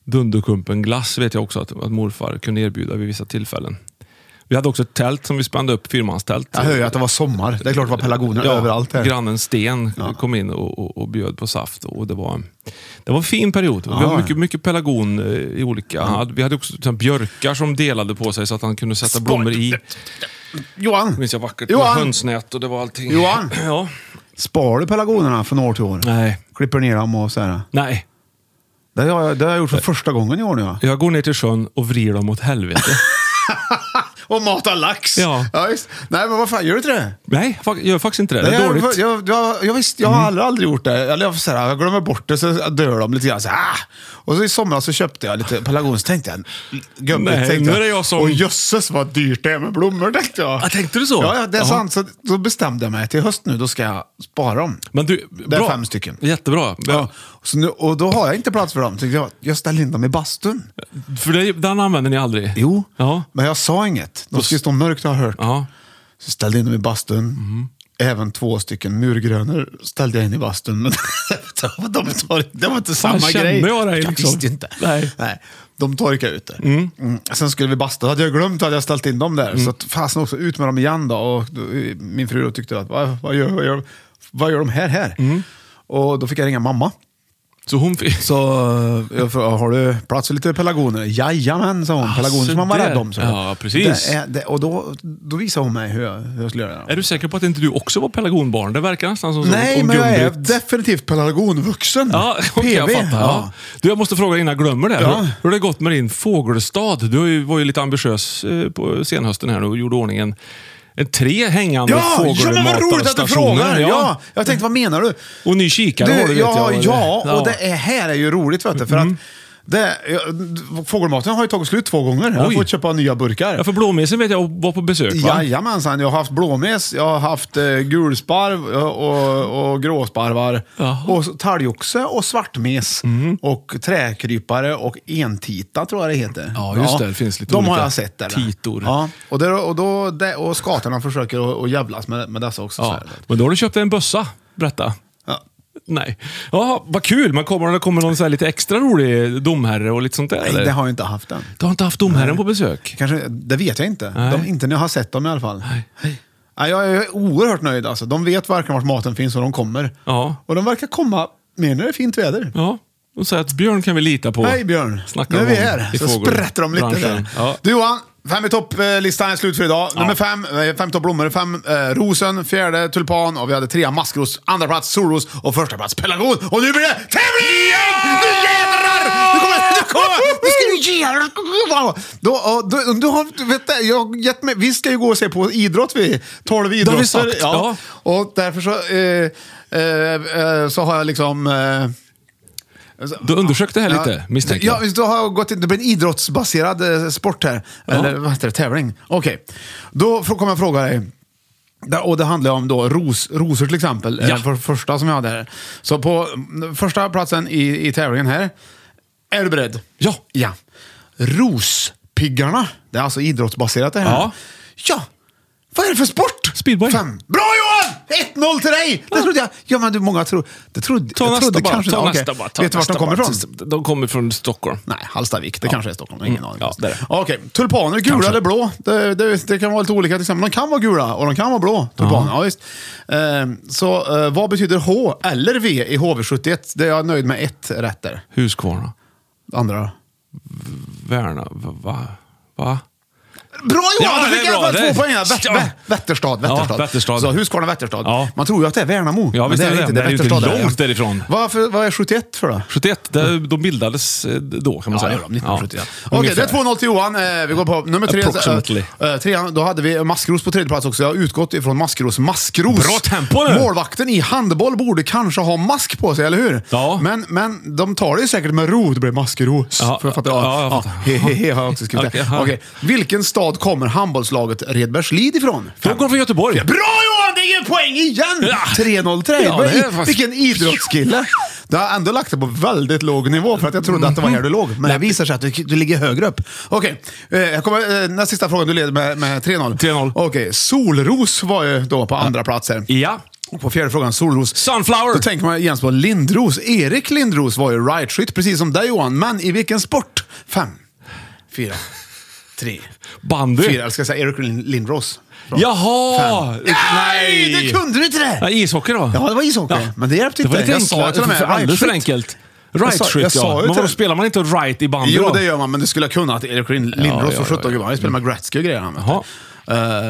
[SPEAKER 2] Dunderkumpen glass vet jag också att, att morfar kunde erbjuda vid vissa tillfällen. Vi hade också ett tält som vi spände upp, fyrmanstält.
[SPEAKER 1] Jag hör ju att det var sommar. Det är klart det var pelargoner överallt här.
[SPEAKER 2] Grannen Sten kom in och, och, och bjöd på saft. Och det, var, det var en fin period. Vi
[SPEAKER 1] Ja.
[SPEAKER 2] hade mycket, mycket pelargon eh, i olika... Vi hade också till exempel björkar som delade på sig så att han kunde sätta blommor i.
[SPEAKER 1] Johan,
[SPEAKER 2] Minns jag vackert.
[SPEAKER 1] Johan!
[SPEAKER 2] Med hönsnät och det var allting.
[SPEAKER 1] Johan!
[SPEAKER 2] Ja.
[SPEAKER 1] spar du pelargonerna från år till år?
[SPEAKER 2] Nej.
[SPEAKER 1] Klipper ner dem och så här.
[SPEAKER 2] Nej.
[SPEAKER 1] Det har jag, det har jag gjort för första gången i år nu. Ja.
[SPEAKER 2] Jag går ner till sjön och vrider dem åt helvete.
[SPEAKER 1] Och matar lax!
[SPEAKER 2] Ja.
[SPEAKER 1] just. Nej, men vad fan, gör du inte det?
[SPEAKER 2] Nej, fa- jag gör faktiskt inte det. Det är
[SPEAKER 1] jag,
[SPEAKER 2] dåligt. Mm.
[SPEAKER 1] jag, jag, jag, jag, visst, jag har aldrig, aldrig gjort det. Eller jag, så här, jag glömmer bort det, så dör de lite grann. Så, här, ah! Och så i somras så köpte jag lite pelargon, så tänkte jag, gubbigt,
[SPEAKER 2] Nej,
[SPEAKER 1] tänkte
[SPEAKER 2] nu är det jag som-
[SPEAKER 1] Och jösses vad dyrt det är med blommor, tänkte jag.
[SPEAKER 2] Ja, tänkte du så?
[SPEAKER 1] Ja, ja det är
[SPEAKER 2] Jaha.
[SPEAKER 1] sant. Så, så bestämde jag mig till höst nu, då ska jag spara dem.
[SPEAKER 2] Men du,
[SPEAKER 1] Det är
[SPEAKER 2] bra.
[SPEAKER 1] fem stycken.
[SPEAKER 2] Jättebra.
[SPEAKER 1] Ja. Så nu, och då har jag inte plats för dem. Tänkte jag, jag ställer in dem i bastun.
[SPEAKER 2] För det, den använder ni aldrig?
[SPEAKER 1] Jo,
[SPEAKER 2] Ja.
[SPEAKER 1] men jag sa inget. De ska ju stå mörkt har jag hört.
[SPEAKER 2] Ja.
[SPEAKER 1] Så ställde jag in dem i bastun.
[SPEAKER 2] Mm.
[SPEAKER 1] Även två stycken murgrönor ställde jag in i bastun. Men de tar, det var inte samma
[SPEAKER 2] kände
[SPEAKER 1] grej.
[SPEAKER 2] jag dig, liksom.
[SPEAKER 1] visste ju inte.
[SPEAKER 2] Nej.
[SPEAKER 1] de torkade ut det. Mm. Sen skulle vi basta. Hade jag glömt hade jag ställt in dem där.
[SPEAKER 2] Mm.
[SPEAKER 1] Så att fasen också, ut med dem igen då. Och då min fru då tyckte att, vad, vad, gör, vad, gör, vad gör de här här?
[SPEAKER 2] Mm.
[SPEAKER 1] Och då fick jag ringa mamma.
[SPEAKER 2] Så hon fick...
[SPEAKER 1] Så eh, jag frågade, har du plats för lite pelargoner? Jajamän, sa hon.
[SPEAKER 2] Ah,
[SPEAKER 1] Pelargoner
[SPEAKER 2] så
[SPEAKER 1] som man var
[SPEAKER 2] där.
[SPEAKER 1] rädd om. sa hon.
[SPEAKER 2] Ja, precis.
[SPEAKER 1] Det är, det, och då, då visade hon mig hur jag, hur jag skulle göra.
[SPEAKER 2] Är du säker på att inte du också var pelargonbarn? Det verkar nästan som
[SPEAKER 1] Nej,
[SPEAKER 2] som
[SPEAKER 1] men jag är
[SPEAKER 2] Gun-Britt.
[SPEAKER 1] definitivt pelargonvuxen.
[SPEAKER 2] Ja, okej, jag fattar. Ja.
[SPEAKER 1] ja.
[SPEAKER 2] Du, jag måste fråga innan jag glömmer det.
[SPEAKER 1] Ja.
[SPEAKER 2] Hur, hur har det gått med din fågelstad? Du har ju, var ju lite ambitiös eh, på senhösten här och gjorde ordningen. En tre hängande
[SPEAKER 1] Ja, ja, men vad roligt att du
[SPEAKER 2] fågelmatarstationer.
[SPEAKER 1] frågar! Ja. jag tänkte, vad menar du?
[SPEAKER 2] Och ny kikare
[SPEAKER 1] Du,
[SPEAKER 2] har du, vet
[SPEAKER 1] ja,
[SPEAKER 2] jag.
[SPEAKER 1] ja,
[SPEAKER 2] Ja. Mm.
[SPEAKER 1] och det är, här är ju roligt. Vet du, för att det, ja, fågelmaten har ju tagit slut två gånger. Jag har
[SPEAKER 2] Oj.
[SPEAKER 1] fått köpa nya burkar.
[SPEAKER 2] Ja, för blåmesen vet jag var på besök, va?
[SPEAKER 1] Jajamensan, jag har haft blåmes, jag har haft eh, gulsparv eh, och, och gråsparvar.
[SPEAKER 2] Jaha. Mm.
[SPEAKER 1] Och så talgoxe och svartmes. Och träkrypare och entita tror jag det heter.
[SPEAKER 2] Ja, just det. Det finns lite
[SPEAKER 1] De
[SPEAKER 2] olika
[SPEAKER 1] har jag sett där.
[SPEAKER 2] titor.
[SPEAKER 1] Ja, och, där, och, då, där, och skatorna försöker att, att jävlas med, med dessa också. Så
[SPEAKER 2] Ja.
[SPEAKER 1] här.
[SPEAKER 2] Men då har du köpt en bössa. Berätta.
[SPEAKER 1] Ja.
[SPEAKER 2] Nej. Ja, vad kul! Men kommer, kommer någon så här lite extra rolig domherre och lite sånt där?
[SPEAKER 1] Nej,
[SPEAKER 2] eller?
[SPEAKER 1] det har jag inte haft än.
[SPEAKER 2] Du har inte haft domherren på besök?
[SPEAKER 1] Kanske, det vet jag inte.
[SPEAKER 2] Nej.
[SPEAKER 1] De, inte när jag har sett dem i alla fall. Nej. jag är oerhört nöjd. Alltså. De vet verkligen vart maten finns och de kommer.
[SPEAKER 2] Ja.
[SPEAKER 1] Och de verkar komma mer när det är fint väder.
[SPEAKER 2] Ja. Och säger att Björn kan vi lita på.
[SPEAKER 1] Hej Björn!
[SPEAKER 2] Snackar
[SPEAKER 1] Nu är vi
[SPEAKER 2] om
[SPEAKER 1] här.
[SPEAKER 2] i
[SPEAKER 1] Så
[SPEAKER 2] fågel-
[SPEAKER 1] sprätter de lite
[SPEAKER 2] branschen.
[SPEAKER 1] där.
[SPEAKER 2] Ja.
[SPEAKER 1] Du Johan, fem i topp-listan är slut för idag. Nummer fem, eh, fem i topp blommor, fem eh, rosen, fjärde tulpan och vi hade trea maskros, andra plats solros och första plats pelargon. Och nu blir det tävling! Nu jädrar! Nu kommer Nu kommer! Nu ska du jädrar! Då, ja, då, du har, du vet det, jag har gett mig, vi ska ju gå och se på idrott vi, tolv
[SPEAKER 2] har vi
[SPEAKER 1] idrotter.
[SPEAKER 2] sagt, ja.
[SPEAKER 1] Och därför så, eh, eh, eh, så har jag liksom... Eh,
[SPEAKER 2] Du undersökte det här lite, misstänker
[SPEAKER 1] Ja,
[SPEAKER 2] jag.
[SPEAKER 1] visst, då har jag gått in, det blir en idrottsbaserad eh, sport här. Eller vad heter det? Tävling. Okej. Då får- kommer jag fråga dig. Där- Och det handlar om då ros, rosor till exempel.
[SPEAKER 2] Ja.
[SPEAKER 1] Ja. För första som jag hade här. Så på mm, första platsen i, i tävlingen här. Är du beredd?
[SPEAKER 2] Ja.
[SPEAKER 1] Ja. Rospiggarna. Det är alltså idrottsbaserat det här.
[SPEAKER 2] Ja.
[SPEAKER 1] Ja. Vad är det för sport?
[SPEAKER 2] Speedway.
[SPEAKER 1] Fem. Bra Johan! 1-0 till dig! Det trodde jag. Ja, men du, många tror... Det trodde,
[SPEAKER 2] Ta
[SPEAKER 1] jag
[SPEAKER 2] nästa
[SPEAKER 1] trodde
[SPEAKER 2] bara.
[SPEAKER 1] kanske-
[SPEAKER 2] ta
[SPEAKER 1] okej.
[SPEAKER 2] nästa bara. Ta
[SPEAKER 1] Vet du vart
[SPEAKER 2] nästa
[SPEAKER 1] de kommer
[SPEAKER 2] bara.
[SPEAKER 1] ifrån?
[SPEAKER 2] De kommer från Stockholm.
[SPEAKER 1] Nej, Hallstavik. Det kanske är Stockholm. Ingen aning.
[SPEAKER 2] Mm. Ja, det är det.
[SPEAKER 1] Okej, tulpaner, gula
[SPEAKER 2] Kanske.
[SPEAKER 1] eller blå? Det, det, det kan vara lite olika. Till exempel. De kan vara gula och de kan vara blå. Tulpaner, ja. visst. Ehm, så eh, vad betyder H eller V i HV71? Det är jag nöjd med ett rätt där.
[SPEAKER 2] Huskvarna.
[SPEAKER 1] Andra då?
[SPEAKER 2] Värna. Va? Va? va?
[SPEAKER 1] Bra Johan!
[SPEAKER 2] Ja,
[SPEAKER 1] du
[SPEAKER 2] det
[SPEAKER 1] fick
[SPEAKER 2] är
[SPEAKER 1] i alla
[SPEAKER 2] bra.
[SPEAKER 1] fall
[SPEAKER 2] Det-
[SPEAKER 1] två poäng. där.
[SPEAKER 2] Ja.
[SPEAKER 1] Vä- vä- Vätterstad. Vätterstad.
[SPEAKER 2] Vätterstad.
[SPEAKER 1] Så Huskvarna, Vätterstad.
[SPEAKER 2] Ja.
[SPEAKER 1] Man tror ju att det är Värnamo.
[SPEAKER 2] Ja,
[SPEAKER 1] men
[SPEAKER 2] visst
[SPEAKER 1] det
[SPEAKER 2] är det.
[SPEAKER 1] inte. Det är
[SPEAKER 2] ju inte
[SPEAKER 1] Vätterstad. där,
[SPEAKER 2] långt
[SPEAKER 1] ja.
[SPEAKER 2] därifrån.
[SPEAKER 1] Varför, vad är 71 för då?
[SPEAKER 2] 71, det, de bildades eh, då kan man
[SPEAKER 1] Ja,
[SPEAKER 2] säga.
[SPEAKER 1] det gör de. 1971.
[SPEAKER 2] Ja.
[SPEAKER 1] Okej, det är
[SPEAKER 2] Ungefär.
[SPEAKER 1] 2-0 till Johan. Eh, Vi går på nummer tre.
[SPEAKER 2] Approximately.
[SPEAKER 1] Eh, eh, Trean, då hade vi Maskros på tredje plats också. Jag har utgått ifrån Maskros. Maskros!
[SPEAKER 2] Bra tempo nu!
[SPEAKER 1] Målvakten i handboll borde kanske ha mask på sig, eller hur?
[SPEAKER 2] Ja.
[SPEAKER 1] Men, men de tar det ju säkert med ro. Det blir maskros.
[SPEAKER 2] Ja,
[SPEAKER 1] För jag fattar,
[SPEAKER 2] ja, jag fattar.
[SPEAKER 1] Hehehe har jag också skrivit.
[SPEAKER 2] Okej,
[SPEAKER 1] Okay,
[SPEAKER 2] ja.
[SPEAKER 1] Vilken stad kommer handbollslaget Redbergslid ifrån?
[SPEAKER 2] De kommer från Göteborg.
[SPEAKER 1] Ja, Bra Johan! Det är en poäng igen!
[SPEAKER 2] Ja.
[SPEAKER 1] 3-0 till dig.
[SPEAKER 2] Ja, det är fast-
[SPEAKER 1] Vilken idrottskille! Du har ändå lagt det på väldigt låg nivå för att jag trodde att det var här du låg. Men det visar sig att du, du ligger högre upp. Okej, eh, jag kommer, eh, nästa sista frågan. Du leder med, med 3-0.
[SPEAKER 2] 3-0.
[SPEAKER 1] Okej, Solros var ju då på andra plats här.
[SPEAKER 2] Ja.
[SPEAKER 1] Och på fjärde frågan, Solros.
[SPEAKER 2] Sunflower.
[SPEAKER 1] Då tänker man igen på Lindros. Erik Lindros var ju right-skytt, precis som dig Johan. Men i vilken sport? Fem, fyra, tre,
[SPEAKER 2] Bandy.
[SPEAKER 1] fyra. Jag ska jag säga Erik Lind- Lindros. Bra.
[SPEAKER 2] Jaha!
[SPEAKER 1] Fem. Nej, det kunde du inte det!
[SPEAKER 2] Ja, ishockey då?
[SPEAKER 1] Ja, det var ishockey. Men det hjälpte
[SPEAKER 2] Det var
[SPEAKER 1] inte.
[SPEAKER 2] lite
[SPEAKER 1] Jag sa
[SPEAKER 2] enklare.
[SPEAKER 1] till och med
[SPEAKER 2] för Alldeles för
[SPEAKER 1] right
[SPEAKER 2] enkelt.
[SPEAKER 1] Jag sa-
[SPEAKER 2] Right
[SPEAKER 1] jag
[SPEAKER 2] shit
[SPEAKER 1] sa ju
[SPEAKER 2] ja. Men
[SPEAKER 1] till-
[SPEAKER 2] vadå, spelar man inte right i bandy
[SPEAKER 1] Jo,
[SPEAKER 2] då?
[SPEAKER 1] det gör man, men du skulle ha kunnat Erik Lind-
[SPEAKER 2] Ja,
[SPEAKER 1] Lindros
[SPEAKER 2] ja,
[SPEAKER 1] och
[SPEAKER 2] ja,
[SPEAKER 1] 17 gubbar. Han spelade med Gretzky och grejer. han, vet du.
[SPEAKER 2] Jaha.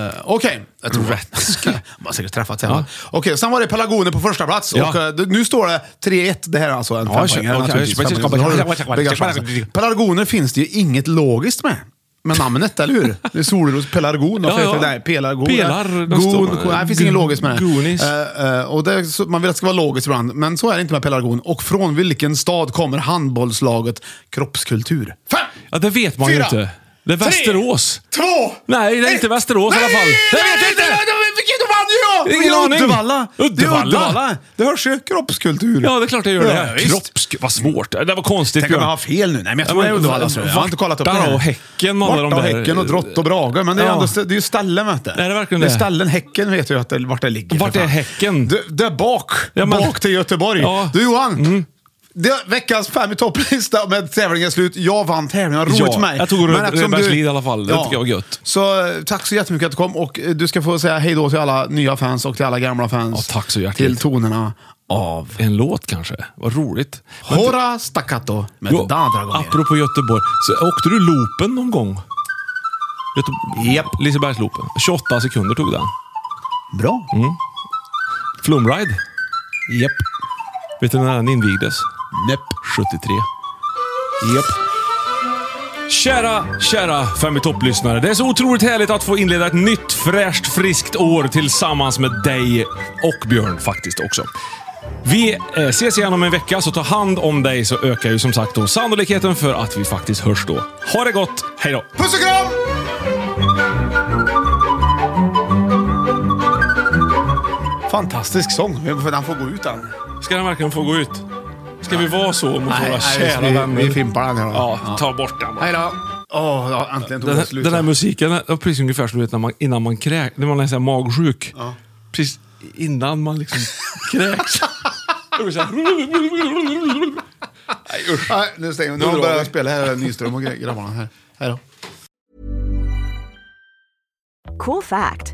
[SPEAKER 1] Eh, Okej, jag tror Gretzky. Man har säkert träffat henne. Okej, sen var det Pelagoner på första plats.
[SPEAKER 2] Ja.
[SPEAKER 1] Och, eh, det- nu står det 3-1. Det här är alltså en
[SPEAKER 2] Ja,
[SPEAKER 1] fempoängare
[SPEAKER 2] okej,
[SPEAKER 1] naturligtvis.
[SPEAKER 2] jag ska-
[SPEAKER 1] Fempoängare.
[SPEAKER 2] jag ska-
[SPEAKER 1] Då har du
[SPEAKER 2] jag ska-
[SPEAKER 1] bägge chanser. Pelargoner finns det ju inget logiskt med. Med namnet, eller hur? Det är Solros pelargon.
[SPEAKER 2] Ja, ja.
[SPEAKER 1] Nej, pelargon.
[SPEAKER 2] Pelar, då står
[SPEAKER 1] gon,
[SPEAKER 2] man-
[SPEAKER 1] kon- nej, det finns inget
[SPEAKER 2] gun-
[SPEAKER 1] logiskt med det.
[SPEAKER 2] gunis.
[SPEAKER 1] Eh, Eh, och det, är så, man vill att det ska vara logiskt ibland, men så är det inte med pelargon. Och från vilken stad kommer handbollslaget Kroppskultur? Fem!
[SPEAKER 2] Ja, det vet man ju
[SPEAKER 1] Fyra.
[SPEAKER 2] inte. Det är Västerås.
[SPEAKER 1] Två!
[SPEAKER 2] Nej, det är inte Västerås i alla fall. Det vet jag inte!
[SPEAKER 1] Vilken vann ju då?
[SPEAKER 2] Ingen
[SPEAKER 1] Det är
[SPEAKER 2] aning.
[SPEAKER 1] Uddevalla.
[SPEAKER 2] Uddevalla.
[SPEAKER 1] Det är Uddevalla. Det hörs ju. Kroppskultur.
[SPEAKER 2] Ja, det är klart det gör
[SPEAKER 1] Ja,
[SPEAKER 2] det.
[SPEAKER 1] visst.
[SPEAKER 2] Kroppsk... Vad svårt. Det var konstigt.
[SPEAKER 1] Tänk om jag
[SPEAKER 2] Björn.
[SPEAKER 1] har fel nu. Nej, men jag
[SPEAKER 2] Ja,
[SPEAKER 1] tror
[SPEAKER 2] men
[SPEAKER 1] det är Uddevalla. tror jag. Jag har inte kollat upp det.
[SPEAKER 2] Varta och Häcken och alla de
[SPEAKER 1] Varta och
[SPEAKER 2] där.
[SPEAKER 1] Häcken och Drott och Brage. Men det är,
[SPEAKER 2] Ja.
[SPEAKER 1] ändå, det är ju ställen vet du.
[SPEAKER 2] Är det verkligen
[SPEAKER 1] Det
[SPEAKER 2] det?
[SPEAKER 1] är ställen. Häcken vet ju att det, vart det ligger.
[SPEAKER 2] Vart
[SPEAKER 1] för fan.
[SPEAKER 2] är Häcken?
[SPEAKER 1] Det, det är bak.
[SPEAKER 2] Ja, men-
[SPEAKER 1] Bak till Göteborg.
[SPEAKER 2] Ja. Mm.
[SPEAKER 1] Du Johan. Det är veckans fem i topplista med tävlingen är slut. Jag vann tävlingen, vad
[SPEAKER 2] Ja,
[SPEAKER 1] roligt för mig.
[SPEAKER 2] jag tog Rö-
[SPEAKER 1] eftersom
[SPEAKER 2] Rödbergslid i alla fall. Det tycker jag var gött.
[SPEAKER 1] Så eh, tack så jättemycket att du kom och eh, du ska få säga hej då till alla nya fans och till alla gamla fans.
[SPEAKER 2] Ja, tack så hjärtligt.
[SPEAKER 1] Till tonerna av
[SPEAKER 2] En låt kanske? Vad roligt. Men-
[SPEAKER 1] Hora Staccato med
[SPEAKER 2] Jo,
[SPEAKER 1] Dan Dragomir.
[SPEAKER 2] Apropå Göteborg, så åkte du loopen någon gång? Göte-
[SPEAKER 1] Japp.
[SPEAKER 2] Lisebergsloopen. 28 sekunder tog den.
[SPEAKER 1] Bra.
[SPEAKER 2] Flumride.
[SPEAKER 1] Japp.
[SPEAKER 2] Vet du när den invigdes?
[SPEAKER 1] Näpp.
[SPEAKER 2] 73.
[SPEAKER 1] Japp.
[SPEAKER 2] Kära, kära Fem i topp-lyssnare. Det är så otroligt härligt att få inleda ett nytt, fräscht, friskt år tillsammans med dig och Björn faktiskt också. Vi eh, ses igen om en vecka, så ta hand om dig så ökar ju som sagt då sannolikheten för att vi faktiskt hörs då. Ha det gott! Hej då!
[SPEAKER 1] Puss och kram! Fantastisk sång. Han får gå ut den.
[SPEAKER 2] Ska den verkligen få gå ut? Ska vi vara så mot våra kära vänner?
[SPEAKER 1] vi, vi fimpar den här då.
[SPEAKER 2] Ja, ta bort den.
[SPEAKER 1] Hej då. Åh, ja, äntligen tog
[SPEAKER 2] Den,
[SPEAKER 1] det
[SPEAKER 2] här-
[SPEAKER 1] slut.
[SPEAKER 2] den här musiken, det var precis ungefär som du vet när man, innan man kräks, när man är så här magsjuk. Precis innan man liksom kräks. Det blir så här-
[SPEAKER 1] Nej, nu stänger vi. Nu
[SPEAKER 2] Nu drar
[SPEAKER 1] börjar
[SPEAKER 2] vi.
[SPEAKER 1] jag spela här Nyström och grabbarna här. Hej då.
[SPEAKER 3] Cool fact